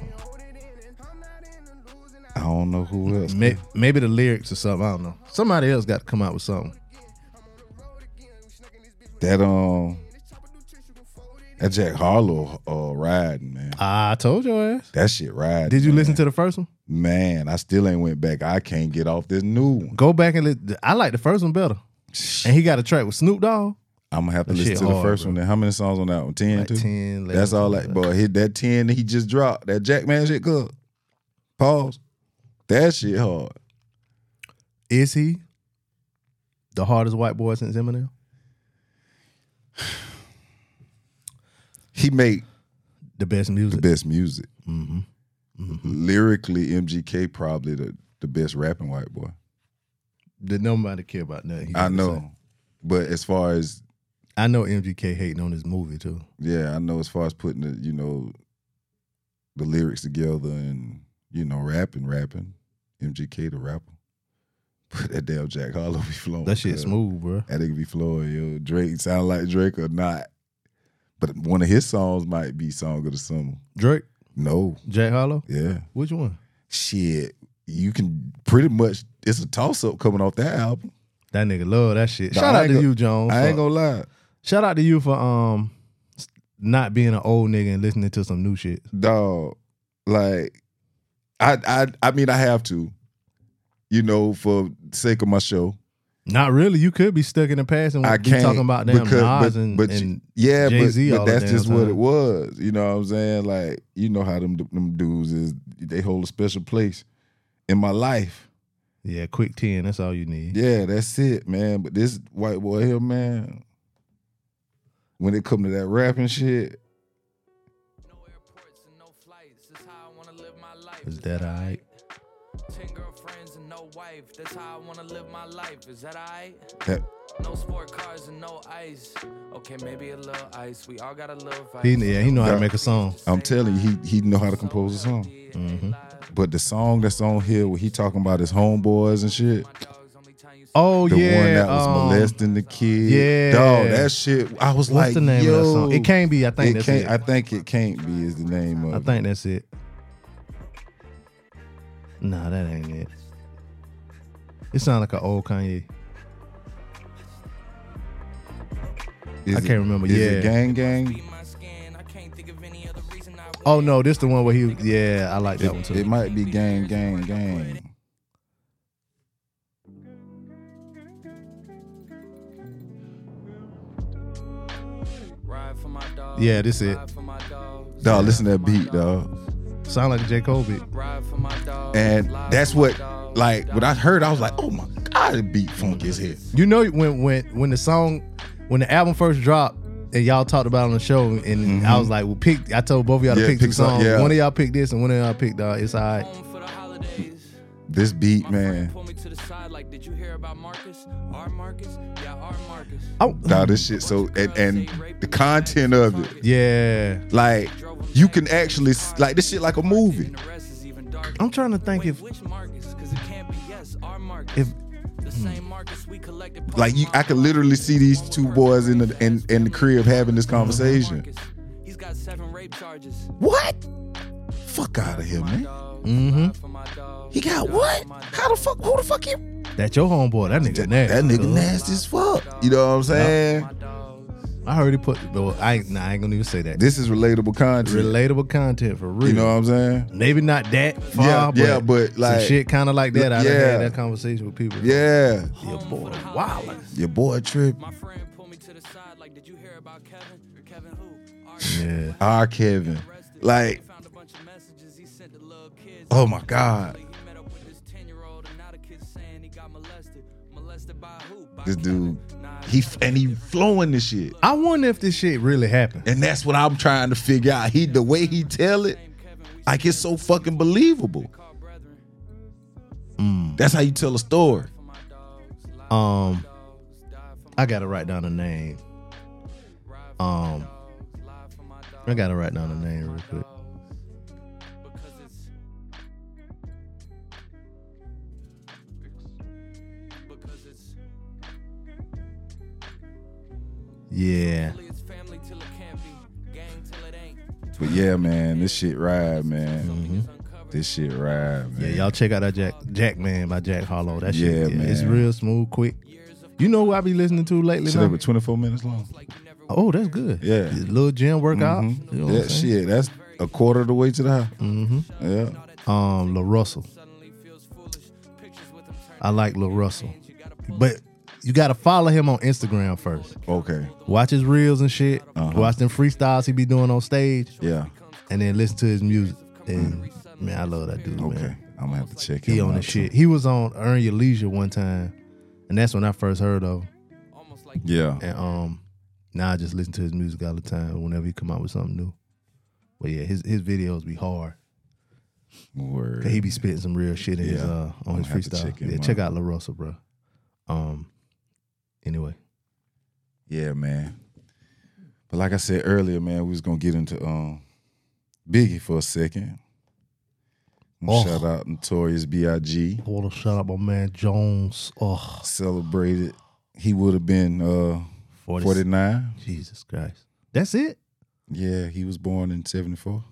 S3: I don't know who else.
S4: may- maybe the lyrics or something. I don't know. Somebody else got to come out with something.
S3: That um. That Jack Harlow uh, riding, man.
S4: I told your ass.
S3: That shit riding.
S4: Did you listen to the first one?
S3: Man, I still ain't went back. I can't get off this new one.
S4: Go back and li- I like the first one better. And he got a track with Snoop Dogg.
S3: I'm gonna have to
S4: That
S3: listen
S4: shit
S3: to the
S4: hard,
S3: first
S4: bro.
S3: one. Then how many songs on that one? Ten,
S4: Like
S3: too?
S4: 10, 11,
S3: That's all like, bro. Hit that ten that he just dropped. That Jack Man shit, good. Pause. That shit hard.
S4: Is he the hardest white boy since Eminem?
S3: He make
S4: The best
S3: the
S4: music.
S3: best music.
S4: Mm-hmm.
S3: Lyrically, MGK probably the the best rapping white boy.
S4: That nobody care about nothing. he
S3: I
S4: got to
S3: know,
S4: say.
S3: but as far as
S4: I know MGK hating on this movie too.
S3: yeah, I know as far as putting the you know the lyrics together and you know rapping, rapping, MGK the rapper. [laughs] But that damn Jack Harlow be flowing.
S4: That shit
S3: cuz.
S4: smooth, bro.
S3: That nigga be flowing, yo. Drake sound like Drake or not. But one of his songs might be Song of the Summer.
S4: Drake,
S3: No.
S4: Jack Harlow.
S3: Yeah.
S4: Which one?
S3: Shit. You can pretty much it's a toss up coming off that album.
S4: That nigga love that shit.
S3: Nah,
S4: Shout
S3: I
S4: out
S3: ain't
S4: to
S3: go-
S4: you, Jones.
S3: I ain't
S4: for-
S3: gonna lie.
S4: Shout out to you for um s- not being an old nigga and listening to some new shit.
S3: Dog. Like I I I mean I have to. You know, for sake of my show.
S4: Not really. You could be stuck in the past and
S3: I
S4: be
S3: can't
S4: talking about damn Nas
S3: but,
S4: and,
S3: but you-
S4: and
S3: yeah, but-
S4: Jay-Z
S3: but,
S4: all the
S3: that's
S4: damn
S3: just what
S4: time.
S3: it was. You know what I'm saying? Like you know how them them dudes is they hold a special place in my life.
S4: yeah, quick ten. That's all you need.
S3: Yeah, that's it, man. But this white boy here, man, when it come to that rapping shit,
S6: No airports and no flights. That's how I wanna live my life.
S4: Is that alright?
S6: Ten girlfriends and no wife. That's how I wanna live my life. Is that alright?
S3: that
S6: No sport cars and no ice. Okay, maybe a little ice. We all got a little vice.
S4: He yeah, he know how to
S3: Yeah.
S4: make a song.
S3: I'm telling you, he he know how to compose a song.
S4: Mm-hmm.
S3: But the song that's on here where he talking about his homeboys and shit,
S4: Oh
S3: the
S4: yeah,
S3: one that was
S4: um,
S3: molesting the kid.
S4: yeah.
S3: Dog, that shit I was
S4: What's
S3: like,
S4: the name
S3: yo,
S4: of that song? It can't be. I think
S3: it
S4: that's
S3: can't,
S4: it.
S3: I think it can't be is the name of
S4: I
S3: it.
S4: think that's it. Nah, that ain't it. It sound like an old Kanye.
S3: Is
S4: I can't remember.
S3: is
S4: Yeah.
S3: it gang gang.
S4: Oh no, this the one where he. Yeah, I like that one
S3: It,
S4: too.
S3: it might be gang gang gang.
S4: Yeah, this it.
S3: Dog, listen to that beat, dog.
S4: Sound like J Cole beat.
S3: And that's what, like, when I heard, I was like, oh my god, the beat funk is here.
S4: You know when when when the song, when the album first dropped. And y'all talked about it on the show, and I was like, "Well, pick." I told both of y'all
S3: Mm-hmm. Yeah,
S4: to pick,
S3: pick
S4: two
S3: some-
S4: songs.
S3: yeah.
S4: One of y'all pick this, and one of y'all pick dog. It's all right.
S3: This beat,
S6: Man.
S3: man.
S6: Pulled me to the side like, did you hear about Marcus? Our Marcus? Yeah, our Marcus.
S4: Oh,
S3: Dog, this shit. So, and, and the content of it,
S4: yeah.
S3: like, you can actually s- like this shit like a movie.
S6: And the rest is even darker.
S4: I'm trying to think
S6: Wait,
S4: if
S6: which Marcus? Because it can't be yes, our Marcus.
S4: if
S6: the same Marcus we collected.
S3: Hmm. Like, you, I could literally see these two boys in the in, in the crib having this conversation.
S6: Marcus. He's got seven rape charges.
S3: What? Fuck out of here, man.
S6: Mm-hmm.
S3: He got what? How the fuck? Who the fuck? He,
S4: that your homeboy, that nigga
S3: that,
S4: nasty.
S3: that nigga
S4: cuz.
S3: nasty as fuck. You know what I'm saying?
S4: I heard he put. Well, I ain't- nah, I ain't gonna even say that.
S3: This is relatable content.
S4: Relatable content for real.
S3: You know what I'm saying?
S4: Maybe not that far,
S3: Yeah,
S4: but,
S3: yeah, but like,
S4: some shit kind of like that. I done
S3: Yeah.
S4: had that conversation with people.
S3: yeah,
S4: your boy, wildin'.
S3: your boy Trip,
S6: My friend pulled me to the side like, did you hear about Kevin? Kevin who? Our [laughs]
S4: Yeah,
S3: R. Ah, Kevin, like,
S6: found a bunch of messages he sent to little kids.
S3: oh my God,
S6: He met up with this 10 year old and now the kid's saying he got molested. Molested by who? By
S3: this dude,
S6: Kevin. Nah,
S3: he f- and he flowing this shit,
S4: I wonder if this shit really happened.
S3: and that's what I'm trying to figure out. He the way he tell it, like it's so fucking believable. That's how you tell a story.
S4: Um, I gotta write down a name. Um, I gotta write down a name real quick.
S6: because it's. Because it's.
S4: Yeah,
S6: It's family till it can't be. Gang till it ain't.
S3: But yeah, man, this shit ride, man. This shit ride, man.
S4: yeah. Y'all check out that Jack Jack Man by Jack Hollow. That shit,
S3: Yeah,
S4: yeah, it's
S3: man.
S4: real smooth, quick. You know who I be listening to lately?
S3: Shit,
S4: now?
S3: they were 24 minutes long.
S6: Like you never
S4: Oh, that's good.
S3: Yeah.
S4: little gym workout. You know what
S3: Yeah,
S4: I'm saying?
S3: Mm-hmm.
S4: Mm-hmm.
S3: shit. That's a quarter of the way to the high. Yeah.
S4: Um, La Russell. I like La Russell, but you gotta follow him on Instagram first.
S3: Okay.
S4: Watch his reels and shit.
S3: Uh-huh.
S4: Watch them freestyles he be doing on stage,
S3: Yeah.
S4: and then listen to his music. And man, I love that dude.
S3: Okay.
S4: Man.
S3: I'm gonna have to check
S4: He
S3: him
S4: on
S3: out,
S4: the
S3: too.
S4: shit. He was on Earn Your Leisure one time, and that's when I first heard of. him.
S3: Yeah.
S4: And um, now I just listen to his music all the time. Whenever he come out with something new, but yeah, his his videos be hard.
S3: Word.
S4: Cause he be spitting some real shit in his
S3: Yeah.
S4: uh on
S3: I'm
S4: his
S3: gonna have to
S4: freestyle.
S3: check him
S4: yeah, check
S3: out.
S4: out La Rosa, bro. Um. Anyway,
S3: Yeah, man. But like I said earlier, man, we was gonna get into um Biggie for a second. I'm
S4: Oh.
S3: Shout out Notorious B.I.G.
S4: I want to shout out my man Jones. Oh,
S3: Celebrated. He would have been uh
S4: 40,
S3: 49.
S4: Jesus Christ, that's it.
S3: Yeah, he was born in 74.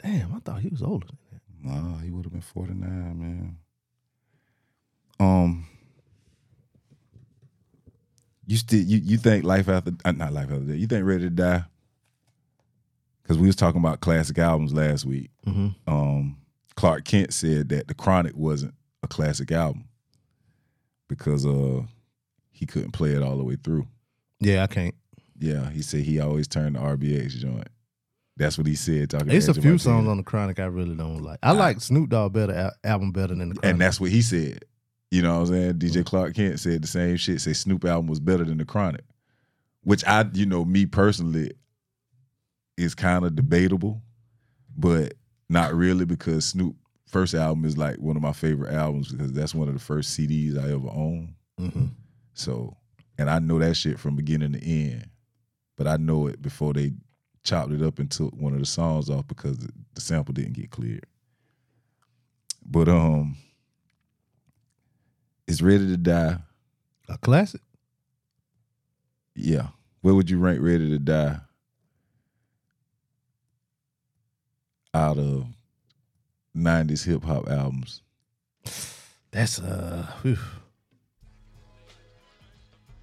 S4: Damn, I thought he was older. than that.
S3: Nah, he would have been 49, man. Um You still you, you think life after uh, not life after death. You think ready to die? Cause we was talking about classic albums last week.
S4: Mm-hmm.
S3: Um Clark Kent said that the Chronic wasn't a classic album because uh he couldn't play it all the way through.
S4: Yeah, I can't.
S3: Yeah, he said he always turned the RBX joint. That's what he said talking
S4: It's
S3: to
S4: a
S3: Andrew
S4: few
S3: Martinez.
S4: songs on the Chronic I really don't like. I like Snoop Dogg better al- album better than the Chronic.
S3: And that's what he said. You know what I'm saying? DJ Clark Kent said the same shit. Say Snoop album was better than the Chronic, which I, you know, me personally, is kind of debatable, but not really because Snoop first album is like one of my favorite albums because that's one of the first CDs I ever owned.
S4: Mhm.
S3: So, and I know that shit from beginning to end, but I know it before they chopped it up and took one of the songs off because the- the sample didn't get cleared. But um, it's ready to die.
S4: a classic.
S3: Yeah, where would you rank ready to die out of '90s hip hop albums?
S4: That's uh. whew.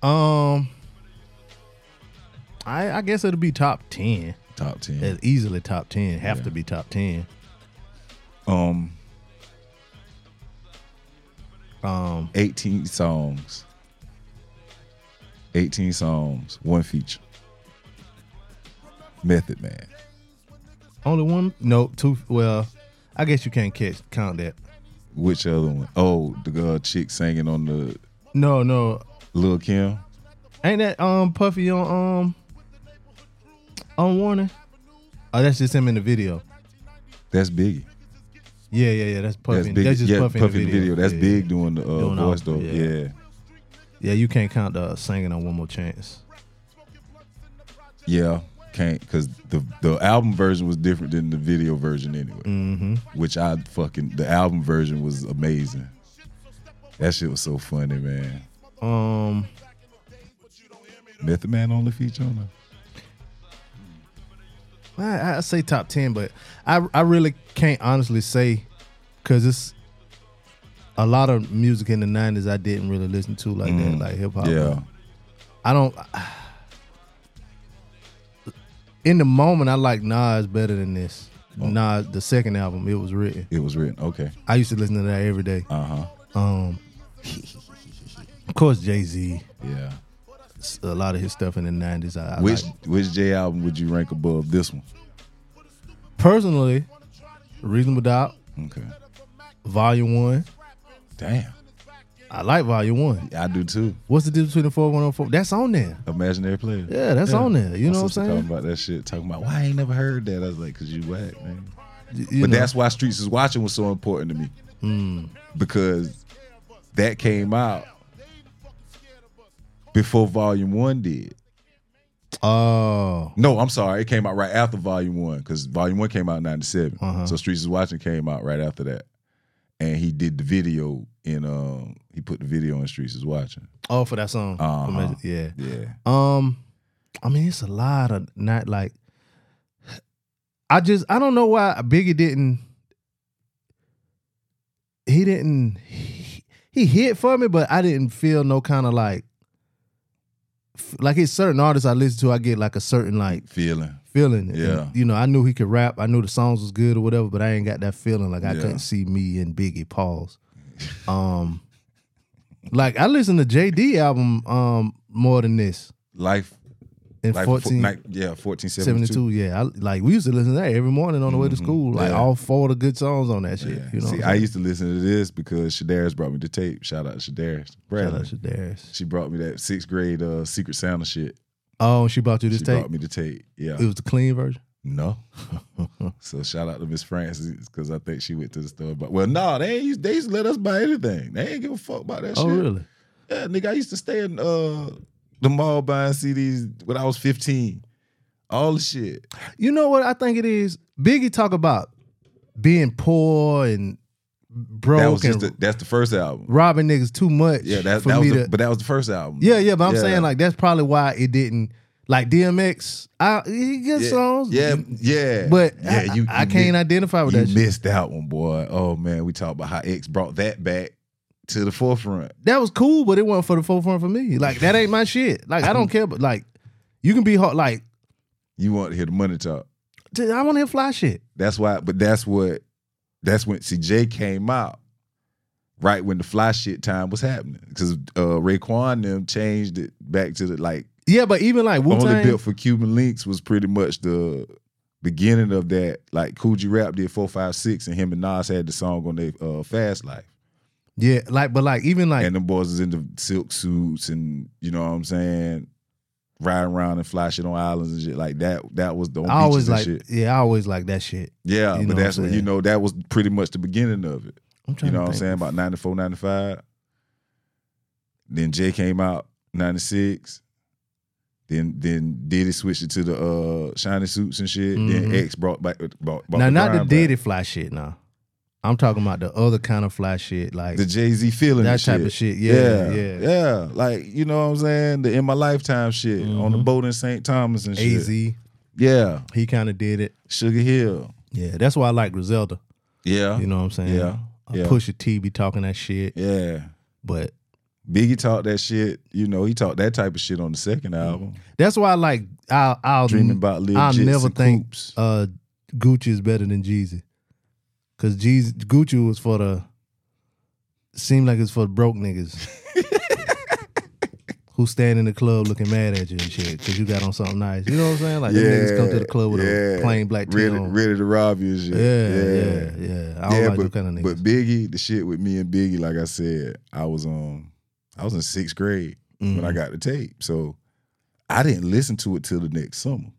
S4: Um. I I guess it'll be top ten.
S3: Top ten.
S4: It's easily top ten. Have to be top ten.
S3: Um,
S4: Um,
S3: 18 songs. 18 songs, one feature. Method Man.
S4: only one. No, two. Well, I guess you can't catch count that.
S3: Which other one? Oh, the uh, chick singing on the
S4: No, no,
S3: Lil Kim.
S4: ain't that um Puffy on um on Warner? Oh, that's just him in the video.
S3: That's Biggie.
S4: Yeah, yeah, yeah. That's Puffy.
S3: That's Biggie.
S4: That's just
S3: yeah,
S4: Puffy, in the video.
S3: That's
S4: yeah,
S3: Big
S4: yeah.
S3: doing the uh,
S4: Doing all-
S3: voice though.
S4: yeah.
S3: Yeah. yeah,
S4: Yeah, you can't count the singing on One More Chance.
S3: Can't because the the album version was different than the video version anyway.
S4: Mm-hmm.
S3: Which I fucking the album version was amazing. That shit was so funny, man.
S4: Um,
S3: Method Man only feature on it.
S4: I, I say top ten, but I I really can't honestly say because it's a lot of music in the '90s I didn't really listen to like that, like hip hop.
S3: Mm-hmm. Yeah.
S4: I don't. [sighs] In the moment, I like Nas better than this.
S3: Oh.
S4: Nas, the second album, it was written.
S3: It was written. Okay.
S4: I used to listen to that every day.
S3: Uh huh.
S4: Um, [laughs] of course, Jay Z.
S3: Yeah.
S4: A lot of his stuff in the nineties. I, I
S3: Which
S4: like.
S3: which J album would you rank above this one?
S4: personally, Reasonable Doubt,
S3: Okay.
S4: Volume One.
S3: Damn.
S4: I like Volume One.
S3: I do too.
S4: What's the difference between the four one oh four? That's on there.
S3: Imaginary player.
S4: Yeah, that's on there. You
S3: My
S4: know what I'm
S3: sister
S4: saying?
S3: Talking about that shit, talking about why I ain't never heard that. I was like, cause you whack, man.
S4: Y- you
S3: but
S4: know. Hmm.
S3: that's why Streets is Watching was so important to me because that came out before Volume One did.
S4: oh,
S3: No, I'm sorry, it came out right after Volume One because Volume One came out in '97.
S4: Uh-huh.
S3: So Streets is Watching came out right after that, and he did the video in. Um, he put the video on Streets is Watching.
S4: oh for that song.
S3: Uh-huh.
S4: Yeah.
S3: Yeah.
S4: Um, I mean, it's a lot of not like. I just I don't know why Biggie didn't. He didn't. He, he hit for me, but I didn't feel no kind of like f- like it's certain artists I listen to, I get like a certain like
S3: Feeling.
S4: feeling. And,
S3: Yeah.
S4: you know, I knew he could rap. I knew the songs was good or whatever, but I ain't got that feeling. Like I
S3: Yeah.
S4: couldn't see me and Biggie pause. Um, like I listened to JD album um more than this
S3: Life.
S4: in
S3: Life.
S4: 14.
S3: like, yeah, 1472.
S4: 72, yeah. I, like we used to listen to that every morning on the way to school. Like
S3: Mm-hmm. Yeah.
S4: all four of the good songs on that shit.
S3: Yeah.
S4: You know,
S3: See,
S4: what
S3: I
S4: I'm
S3: used to listen to this because Shadarius brought me the tape. Shout out to Shadarius.
S4: saying?
S3: Bradley.
S4: Shout out to Darius.
S3: She brought me that sixth grade uh, Secret Santa shit.
S4: Oh, she bought you this
S3: she
S4: tape.
S3: brought me the tape. Yeah.
S4: It was the clean version.
S3: No. [laughs] so shout out to Miss Francis because I think she went to the store. But well, no, they ain't, used- they used to let us buy anything. They ain't give a fuck about that
S4: Oh,
S3: shit.
S4: really?
S3: Yeah, nigga, I used to stay in uh, the mall buying CDs when I was 15. All the shit.
S4: You know what I think it is? Biggie talk about being poor and
S3: that was
S4: broke and
S3: just the, that's the first album.
S4: robbing niggas too much.
S3: Yeah, that,
S4: for
S3: that was
S4: me
S3: the,
S4: to,
S3: but that was the first album.
S4: yeah, yeah. But I'm
S3: Yeah.
S4: saying like that's probably why it didn't. Like DMX, I he good
S3: yeah,
S4: songs.
S3: Yeah, yeah.
S4: but
S3: yeah,
S4: I, I can't identify with
S3: you
S4: that. shit.
S3: missed that one, boy. Oh man, we talked about how X brought that back to the forefront.
S4: That was cool, but it wasn't for the forefront for me. Like that ain't my shit. Like
S3: [laughs]
S4: I don't care. But like you can be hard. Like
S3: You want to hear the money talk.
S4: dude, I want to hear fly shit.
S3: That's why, but that's what that's when CJ came out. Right when the fly shit time was happening. Because uh Raekwon them changed it back to the like
S4: Yeah, but even like Wu
S3: only
S4: Tang.
S3: built for Cuban links was pretty much the beginning of that. Like Coogee Rap did four five six and him and Nas had the song on their uh, fast life.
S4: Yeah, like but like even like
S3: and them boys is in the silk suits and you know what I'm saying, riding around and fly shit on islands and shit like that. That was the on
S4: I always
S3: beaches and
S4: like
S3: shit.
S4: yeah, I always like that shit.
S3: Yeah,
S4: you know
S3: but
S4: what I'm
S3: that's what you
S4: saying.
S3: know that was pretty much the beginning of it.
S4: I'm
S3: You
S4: trying
S3: know
S4: to
S3: what I'm
S4: think.
S3: saying? About 94, 95. Then Jay came out 96. Then then Diddy switched it to the uh shiny suits and shit. Then
S4: Mhm.
S3: X brought back brought, brought
S4: Now,
S3: the
S4: not the
S3: grime
S4: Diddy
S3: back.
S4: fly shit. Now, I'm talking about the other kind of fly shit, like
S3: the Jay Z feeling
S4: that
S3: and
S4: type
S3: shit.
S4: of shit. Yeah, yeah.
S3: yeah, yeah. Like you know what I'm saying? The in my lifetime shit on
S4: Mm-hmm.
S3: the boat in St. Thomas and shit.
S4: Az, he
S3: Yeah,
S4: kind of did it.
S3: Sugar Hill.
S4: Yeah, that's why I like Griselda.
S3: Yeah,
S4: You know what I'm saying?
S3: Yeah,
S4: I
S3: yeah.
S4: Push a T be talking that shit,
S3: yeah.
S4: but
S3: Biggie talked that shit. You know, he talked that type of shit on the second
S4: Mm-hmm.
S3: album.
S4: that's why I like I'll I'll,
S3: Dreaming about little
S4: I'll
S3: jits
S4: never
S3: and
S4: think
S3: coops.
S4: uh, Gucci is better than Jeezy, cause Jeezy Gucci was for the seemed like it's for the broke
S3: [laughs]
S4: niggas. Who stand in the club looking mad at you and shit because you got on something nice. You know what I'm saying? Like, them niggas come to uh, the club with a
S3: yeah.
S4: plain black tee
S3: ready,
S4: on.
S3: ready to rob you and shit.
S4: Yeah,
S3: yeah.
S4: yeah, yeah. I don't like
S3: but,
S4: those kind of niggas.
S3: but Biggie, the shit with me and Biggie, like I said, I was um, I was in sixth grade when I
S4: Mm-hmm.
S3: got the tape, so I didn't listen to it till the next summer.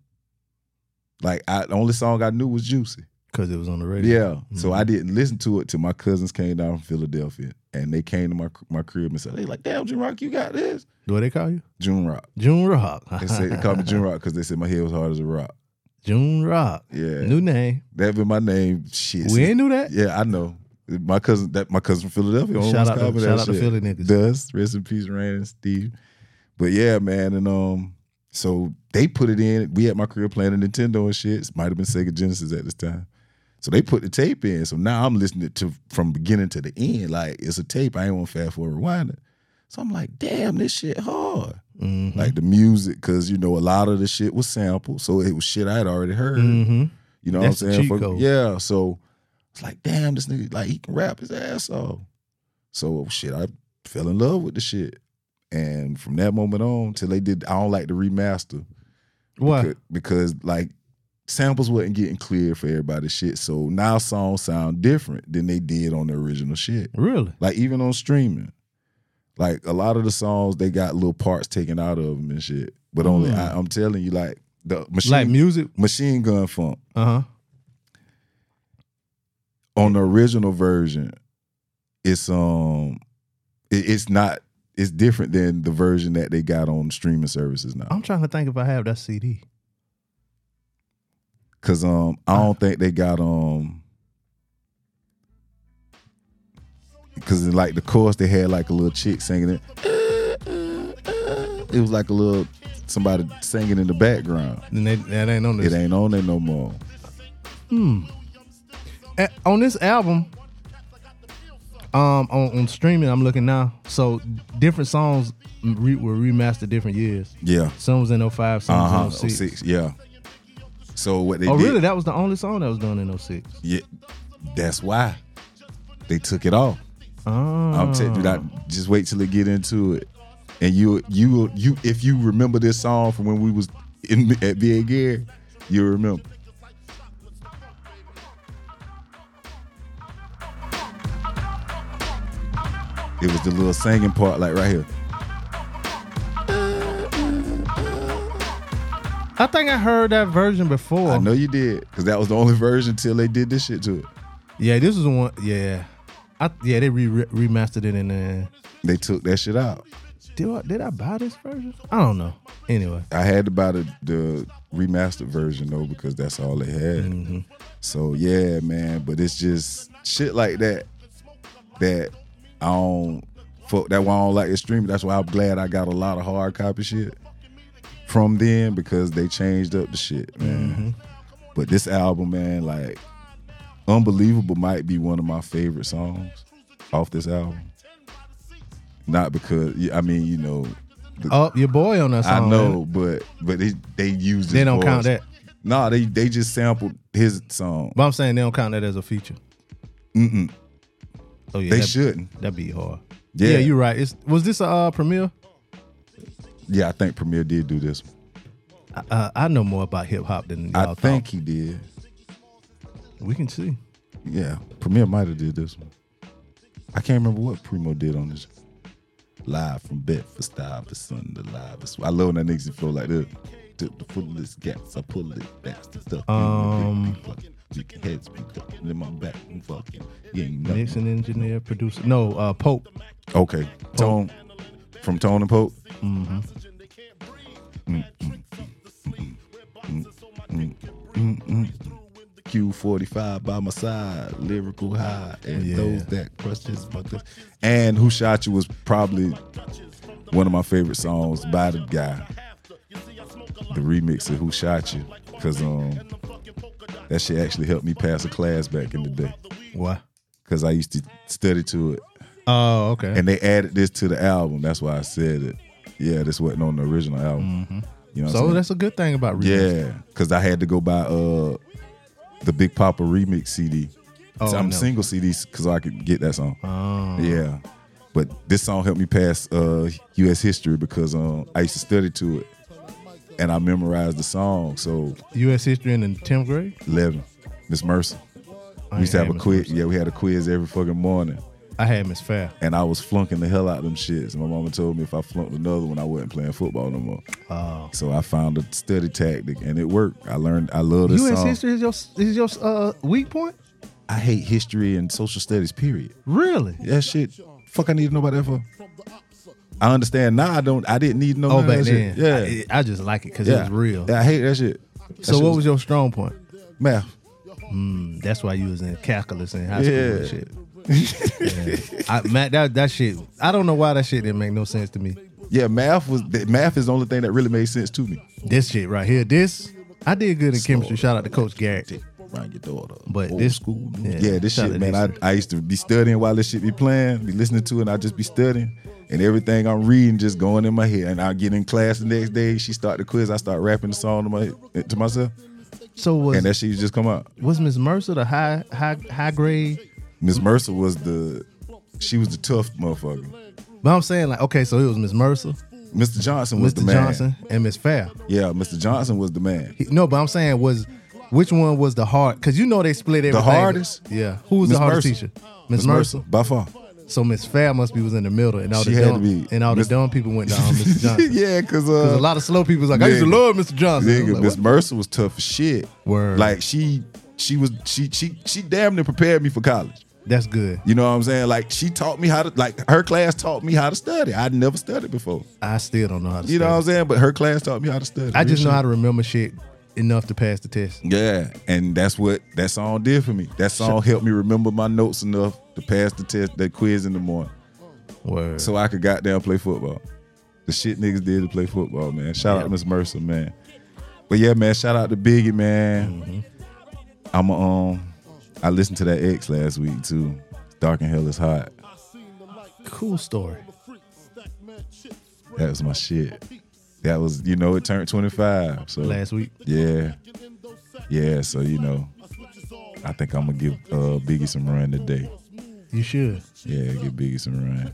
S3: Like I, the only song I knew was Juicy.
S4: Because it was on the
S3: Yeah,
S4: radio.
S3: so I didn't listen to it till my cousins came down from Philadelphia, and they came to my my crib and said, "They like, damn, June Rock, you got this."
S4: What they call you?
S3: June Rock.
S4: June Rock.
S3: They said they called me June Rock because they said my head was hard as a rock.
S4: [laughs] June Rock.
S3: Yeah,
S4: New name.
S3: that been my name. Shit,
S4: We ain't do that.
S3: Yeah, I know. My cousin, that my cousin from Philadelphia. almost
S4: Shout out to-
S3: called me that
S4: shout out to
S3: shit.
S4: Philly niggas.
S3: Does rest in peace, Rand and Steve. But yeah, man, and um, so they put it in. We had my career playing the Nintendo and shit. Might have been Sega Genesis at this time. So they put the tape in. So now I'm listening to from beginning to the end. Like it's a tape. I ain't want fast forward rewind it. So I'm like, damn, this shit hard.
S4: Mm-hmm. Mhm.
S3: Like the music, cause you know a lot of the shit was sampled, so it was shit I had already heard.
S4: Mm-hmm.
S3: You know
S4: That's the
S3: what I'm saying?
S4: cheat
S3: Fuck-
S4: code.
S3: Yeah. So it's like, damn, this nigga, like he can rap his ass off. So shit, I fell in love with the shit. And from that moment on, till they did I don't like the remaster.
S4: Why?
S3: Because, because, like samples wasn't getting cleared for everybody's shit. So now songs sound different than they did on the original shit.
S4: Really?
S3: Like even on streaming. Like a lot of the songs, they got little parts taken out of them and shit. But only
S4: Mm.
S3: I, I'm telling you, like the machine,
S4: Like music?
S3: machine gun funk
S4: Uh huh.
S3: on the original version, it's um, it, it's not, it's different than the version that they got on streaming services now.
S4: I'm trying to think if I have that CD.
S3: Cause um, I
S4: Ah.
S3: don't think they got um, cause in, like the chorus they had like a little chick singing it. It was like a little somebody singing in the background.
S4: And they, that ain't on
S3: It
S4: this.
S3: ain't on there no more.
S4: A- on this album, um on, on streaming I'm looking now. So different songs re, were remastered different years.
S3: Yeah.
S4: Some was in 05, some
S3: Uh huh.
S4: was in 06.
S3: 06. Yeah. So what they
S4: Oh,
S3: did?
S4: really? That was the only song that was done in 06.
S3: Yeah. That's why they took it off.
S4: Oh.
S3: I'm telling you, that- just wait till it get into it, and you you you if you remember this song from when we was in at Big Air, you remember. It was the little singing part, like right here.
S4: I think I heard that version before.
S3: I know you did, because that was the only version till they did this shit to it.
S4: Yeah, this is the one. Yeah, I yeah they re- re- remastered it and then
S3: They took that shit out.
S4: did I, did I buy this version? I don't know. Anyway,
S3: I had to buy the, the remastered version though because that's all they had. So yeah, man. But it's just shit like that that I don't fuck. That why I don't like the streaming. That's why I'm glad I got a lot of hard copy shit from then because they changed up the shit, man. But this album, man, like unbelievable, might be one of my favorite songs off this album. Not because I mean, you know,
S4: oh your boy on that
S3: I
S4: song.
S3: know, but but they they used.
S4: They
S3: his
S4: don't count
S3: voice.
S4: that.
S3: Nah, they they just sampled his song.
S4: but I'm saying they don't count that as a feature.
S3: Mm-mm.
S4: Oh yeah,
S3: They
S4: that,
S3: shouldn't.
S4: That'd be hard.
S3: Yeah.
S4: Yeah, you're right. It's, was this a uh, premiere?
S3: Yeah, I think Premier did do this. One.
S4: Uh, I know more about hip hop than
S3: I
S4: y'all
S3: think he did.
S4: thought. We can see.
S3: Yeah, Premier might have did this one. I can't remember what Primo did on this. Live from Bedford, Stuyvesant, the live. is- I love when that niggas flow like this. To the fullest gaps, I pull it fast and stuff.
S4: Um,
S3: Big heads picked up in my back and fucking. You ain't nothing.
S4: Mixing engineer, producer. No, uh, Pope.
S3: Okay. Tone from Tone and Pope. Q forty five by my side, lyrical high, and
S4: Yeah.
S3: those that questions about this. And Who Shot You was probably one of my favorite songs by the guy. The remix of Who Shot You, cause um that shit actually helped me pass a class back in the day,
S4: Why?
S3: cause I used to study to it
S4: Oh, okay.
S3: and they added this to the album. That's why I said it. Yeah, this wasn't on the original album. You know, what
S4: Mm-hmm. so
S3: I'm
S4: that's a good thing about remixes.
S3: saying? yeah, because I had to go buy uh the Big Papa remix CD.
S4: Oh,
S3: So I'm
S4: I know.
S3: single CDs because I could get that song.
S4: Oh,
S3: Yeah, but this song helped me pass uh U.S. history because um I used to study to it and I memorized the song. So
S4: U.S. history in the tenth grade.
S3: eleven, Miss Mercy.
S4: I
S3: We used to
S4: ain't
S3: have a
S4: had Miss
S3: quiz.
S4: Mercy.
S3: Yeah, we had a quiz every fucking morning.
S4: I had Miss Fair.
S3: and I was flunking the hell out of them shits. My mama told me if I flunked another one, I wasn't playing football no more.
S4: Oh.
S3: So I found a study tactic, and it worked. I learned. I love this
S4: U.S.
S3: song.
S4: history is your is your uh, weak point.
S3: I hate history and social studies. Period.
S4: Really?
S3: That shit. Fuck, I need to know about that for. I understand now. I don't. I didn't need to know.
S4: Oh,
S3: none of
S4: back
S3: that
S4: then.
S3: shit. Yeah,
S4: I, I just like it because
S3: yeah.
S4: it's real.
S3: Yeah, I hate that shit. That
S4: so
S3: shit
S4: what was your strong point?
S3: math?
S4: That's why you was in calculus in high
S3: Yeah.
S4: school and shit. Yeah. I, Matt, that that shit. I don't know why that shit didn't make no sense to me.
S3: Yeah, math was the- math is the only thing that really made sense to me.
S4: This shit right here. This I did good in chemistry. Shout out to Coach Garrett.
S3: Around your daughter,
S4: But
S3: Old
S4: this
S3: school.
S4: yeah,
S3: Yeah, this
S4: shout
S3: shit,
S4: out
S3: man.
S4: to
S3: I,
S4: this
S3: I used to be studying while this shit be playing, be listening to, it, and I just be studying, and everything I'm reading just going in my head. And I get in class the next day, she start the quiz, I start rapping the song to my to myself,
S4: So was
S3: and that shit just come out.
S4: was Miss Mercer the high high high grade?
S3: Miss Mercer was the, she was the tough motherfucker.
S4: But I'm saying like okay, so it was Miss Mercer,
S3: Mr. Johnson was the
S4: Mr.
S3: man.
S4: Johnson, and Miss Fair.
S3: Yeah, Mr. Johnson was the man.
S4: He- No, but I'm saying was which one was the hard? Because you know they split everything.
S3: hardest?
S4: Yeah. Who was
S3: Miss
S4: the hardest
S3: Mercer.
S4: teacher? Miss Mercer.
S3: by far.
S4: So Miss Fair must be was in the middle, and all
S3: She
S4: the
S3: had
S4: dumb,
S3: to be.
S4: and all
S3: Miss-
S4: the dumb people went down
S3: [laughs]
S4: Mr. Johnson.
S3: yeah, cause, uh,
S4: Because a lot of slow people was like, I used to
S3: Nigga.
S4: love Mr. Johnson. I was
S3: Nigga,
S4: like,
S3: Miss
S4: what?
S3: Mercer was tough as shit.
S4: Word.
S3: Like she she was she she she damn near prepared me for college.
S4: That's good.
S3: You know what I'm saying? Like she taught me how to like her class taught me how to study. I'd never studied before.
S4: I still don't know how to.
S3: You know what I'm
S4: study.
S3: saying? But her class taught me how to study.
S4: I just
S3: Real
S4: know how
S3: shit.
S4: to remember shit enough to pass the test.
S3: Yeah. And that's what that song did for me. That song helped me remember my notes enough to pass the test, that quiz in the morning.
S4: Word.
S3: So I could goddamn play football. The shit niggas did to play football, man. Shout out to Miss Mercer, man. But yeah, man, shout out to Biggie, man.
S4: Mm-hmm.
S3: I'm a, um I listened to that X last week too. Dark and Hell is Hot.
S4: Cool story.
S3: That was my shit. That was, you know, it turned 25. So
S4: Last week.
S3: Yeah. Yeah, so you know, I think I'm gonna give uh, Biggie some run today.
S4: You should.
S3: Yeah, give Biggie some run.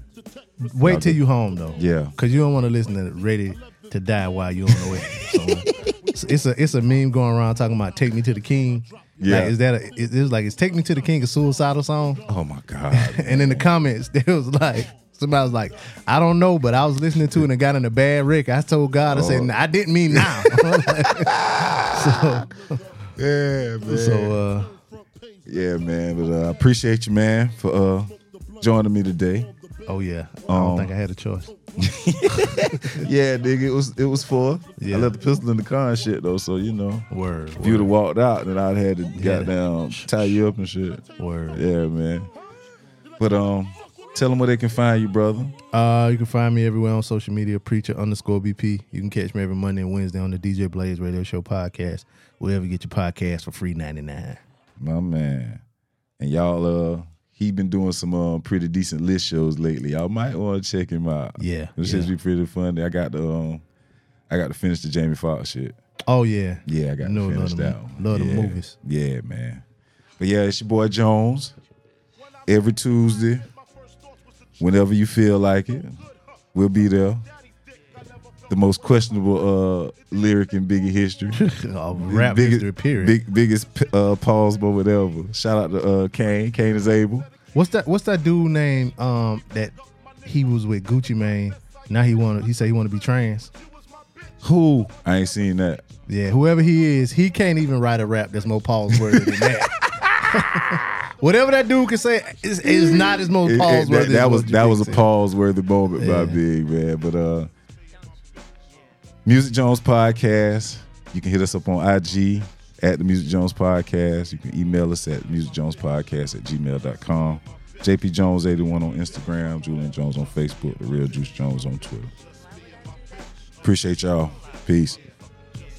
S4: Wait till you home though.
S3: Yeah.
S4: Cause you don't want to listen to Ready to Die while you on the way. So, it's a it's a meme going around talking about Take Me to the King.
S3: Yeah.
S4: Like, is that a, it- it's like is Take Me to the King a suicidal song?
S3: Oh my god.
S4: And in the comments, [laughs] there was like somebody was like, I don't know, but I was listening to it and got in a bad wreck. I told God, I said,
S3: Oh.
S4: "Nah, I didn't mean
S3: [laughs]
S4: now. [laughs] so
S3: [laughs] yeah, man.
S4: so uh,
S3: yeah, man. But uh, I appreciate you, man, for uh, joining me today.
S4: oh yeah, I don't
S3: Um,
S4: think I had a choice.
S3: Yeah, nigga, it was it was for.
S4: Yeah.
S3: I left the pistol in the car and shit though, so you know.
S4: Word.
S3: If you'd have
S4: word,
S3: walked out, then I'd had to goddamn tie you up and shit.
S4: word.
S3: Yeah, man. But um, tell them where they can find you, brother.
S4: Uh, you can find me everywhere on social media, preacher underscore BP. You can catch me every Monday and Wednesday on the DJ Blaze Radio Show podcast. Wherever you get your podcast for free ninety nine.
S3: My man. And y'all, uh, he been doing some uh, pretty decent list shows lately. Y'all might want to check him out.
S4: Yeah,
S3: This
S4: yeah.
S3: shit's be pretty funny. I got the um, I got to finish the Jamie Foxx shit.
S4: Oh yeah,
S3: Yeah, I got
S4: No,
S3: to
S4: love
S3: finish
S4: them-
S3: that one.
S4: love
S3: yeah.
S4: them movies.
S3: Yeah, man. But yeah, it's your boy Jones. Every Tuesday, whenever you feel like it, we'll be there. The most questionable uh, lyric in
S4: [laughs]
S3: Biggie history.
S4: Uh, rap
S3: Biggest-
S4: history period.
S3: Big, biggest p- uh, pause moment ever. Shout out to uh, Kane. Kane is able.
S4: What's that? What's that dude name? Um, that he was with Gucci Mane. Now he want. He said he want to be trans.
S3: Who? I ain't seen that.
S4: Yeah, whoever he is, he can't even write a rap that's more pause worthy than that. Whatever that dude can say is, is not as more
S3: It- it-
S4: pause worthy.
S3: that, that was that was a
S4: pause.
S3: pause worthy moment by
S4: Yeah.
S3: Big Man. But uh, Music Jones podcast. You can hit us up on IG at the Music Jones podcast. You can email us at musicjonespodcast at gmail.com. JP Jones 81 on Instagram, Julian Jones on Facebook, The Real Juice Jones on Twitter. Appreciate y'all. Peace.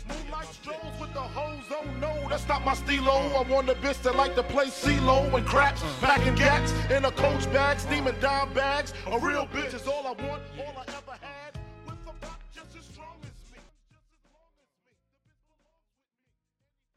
S7: Moonlight strolls with the hoes, oh no, that's not my stilo. I want the bitch that like to play CeeLo and craps, packing gats in a coach bag, steaming dime bags. A real bitch is all I want, all I ever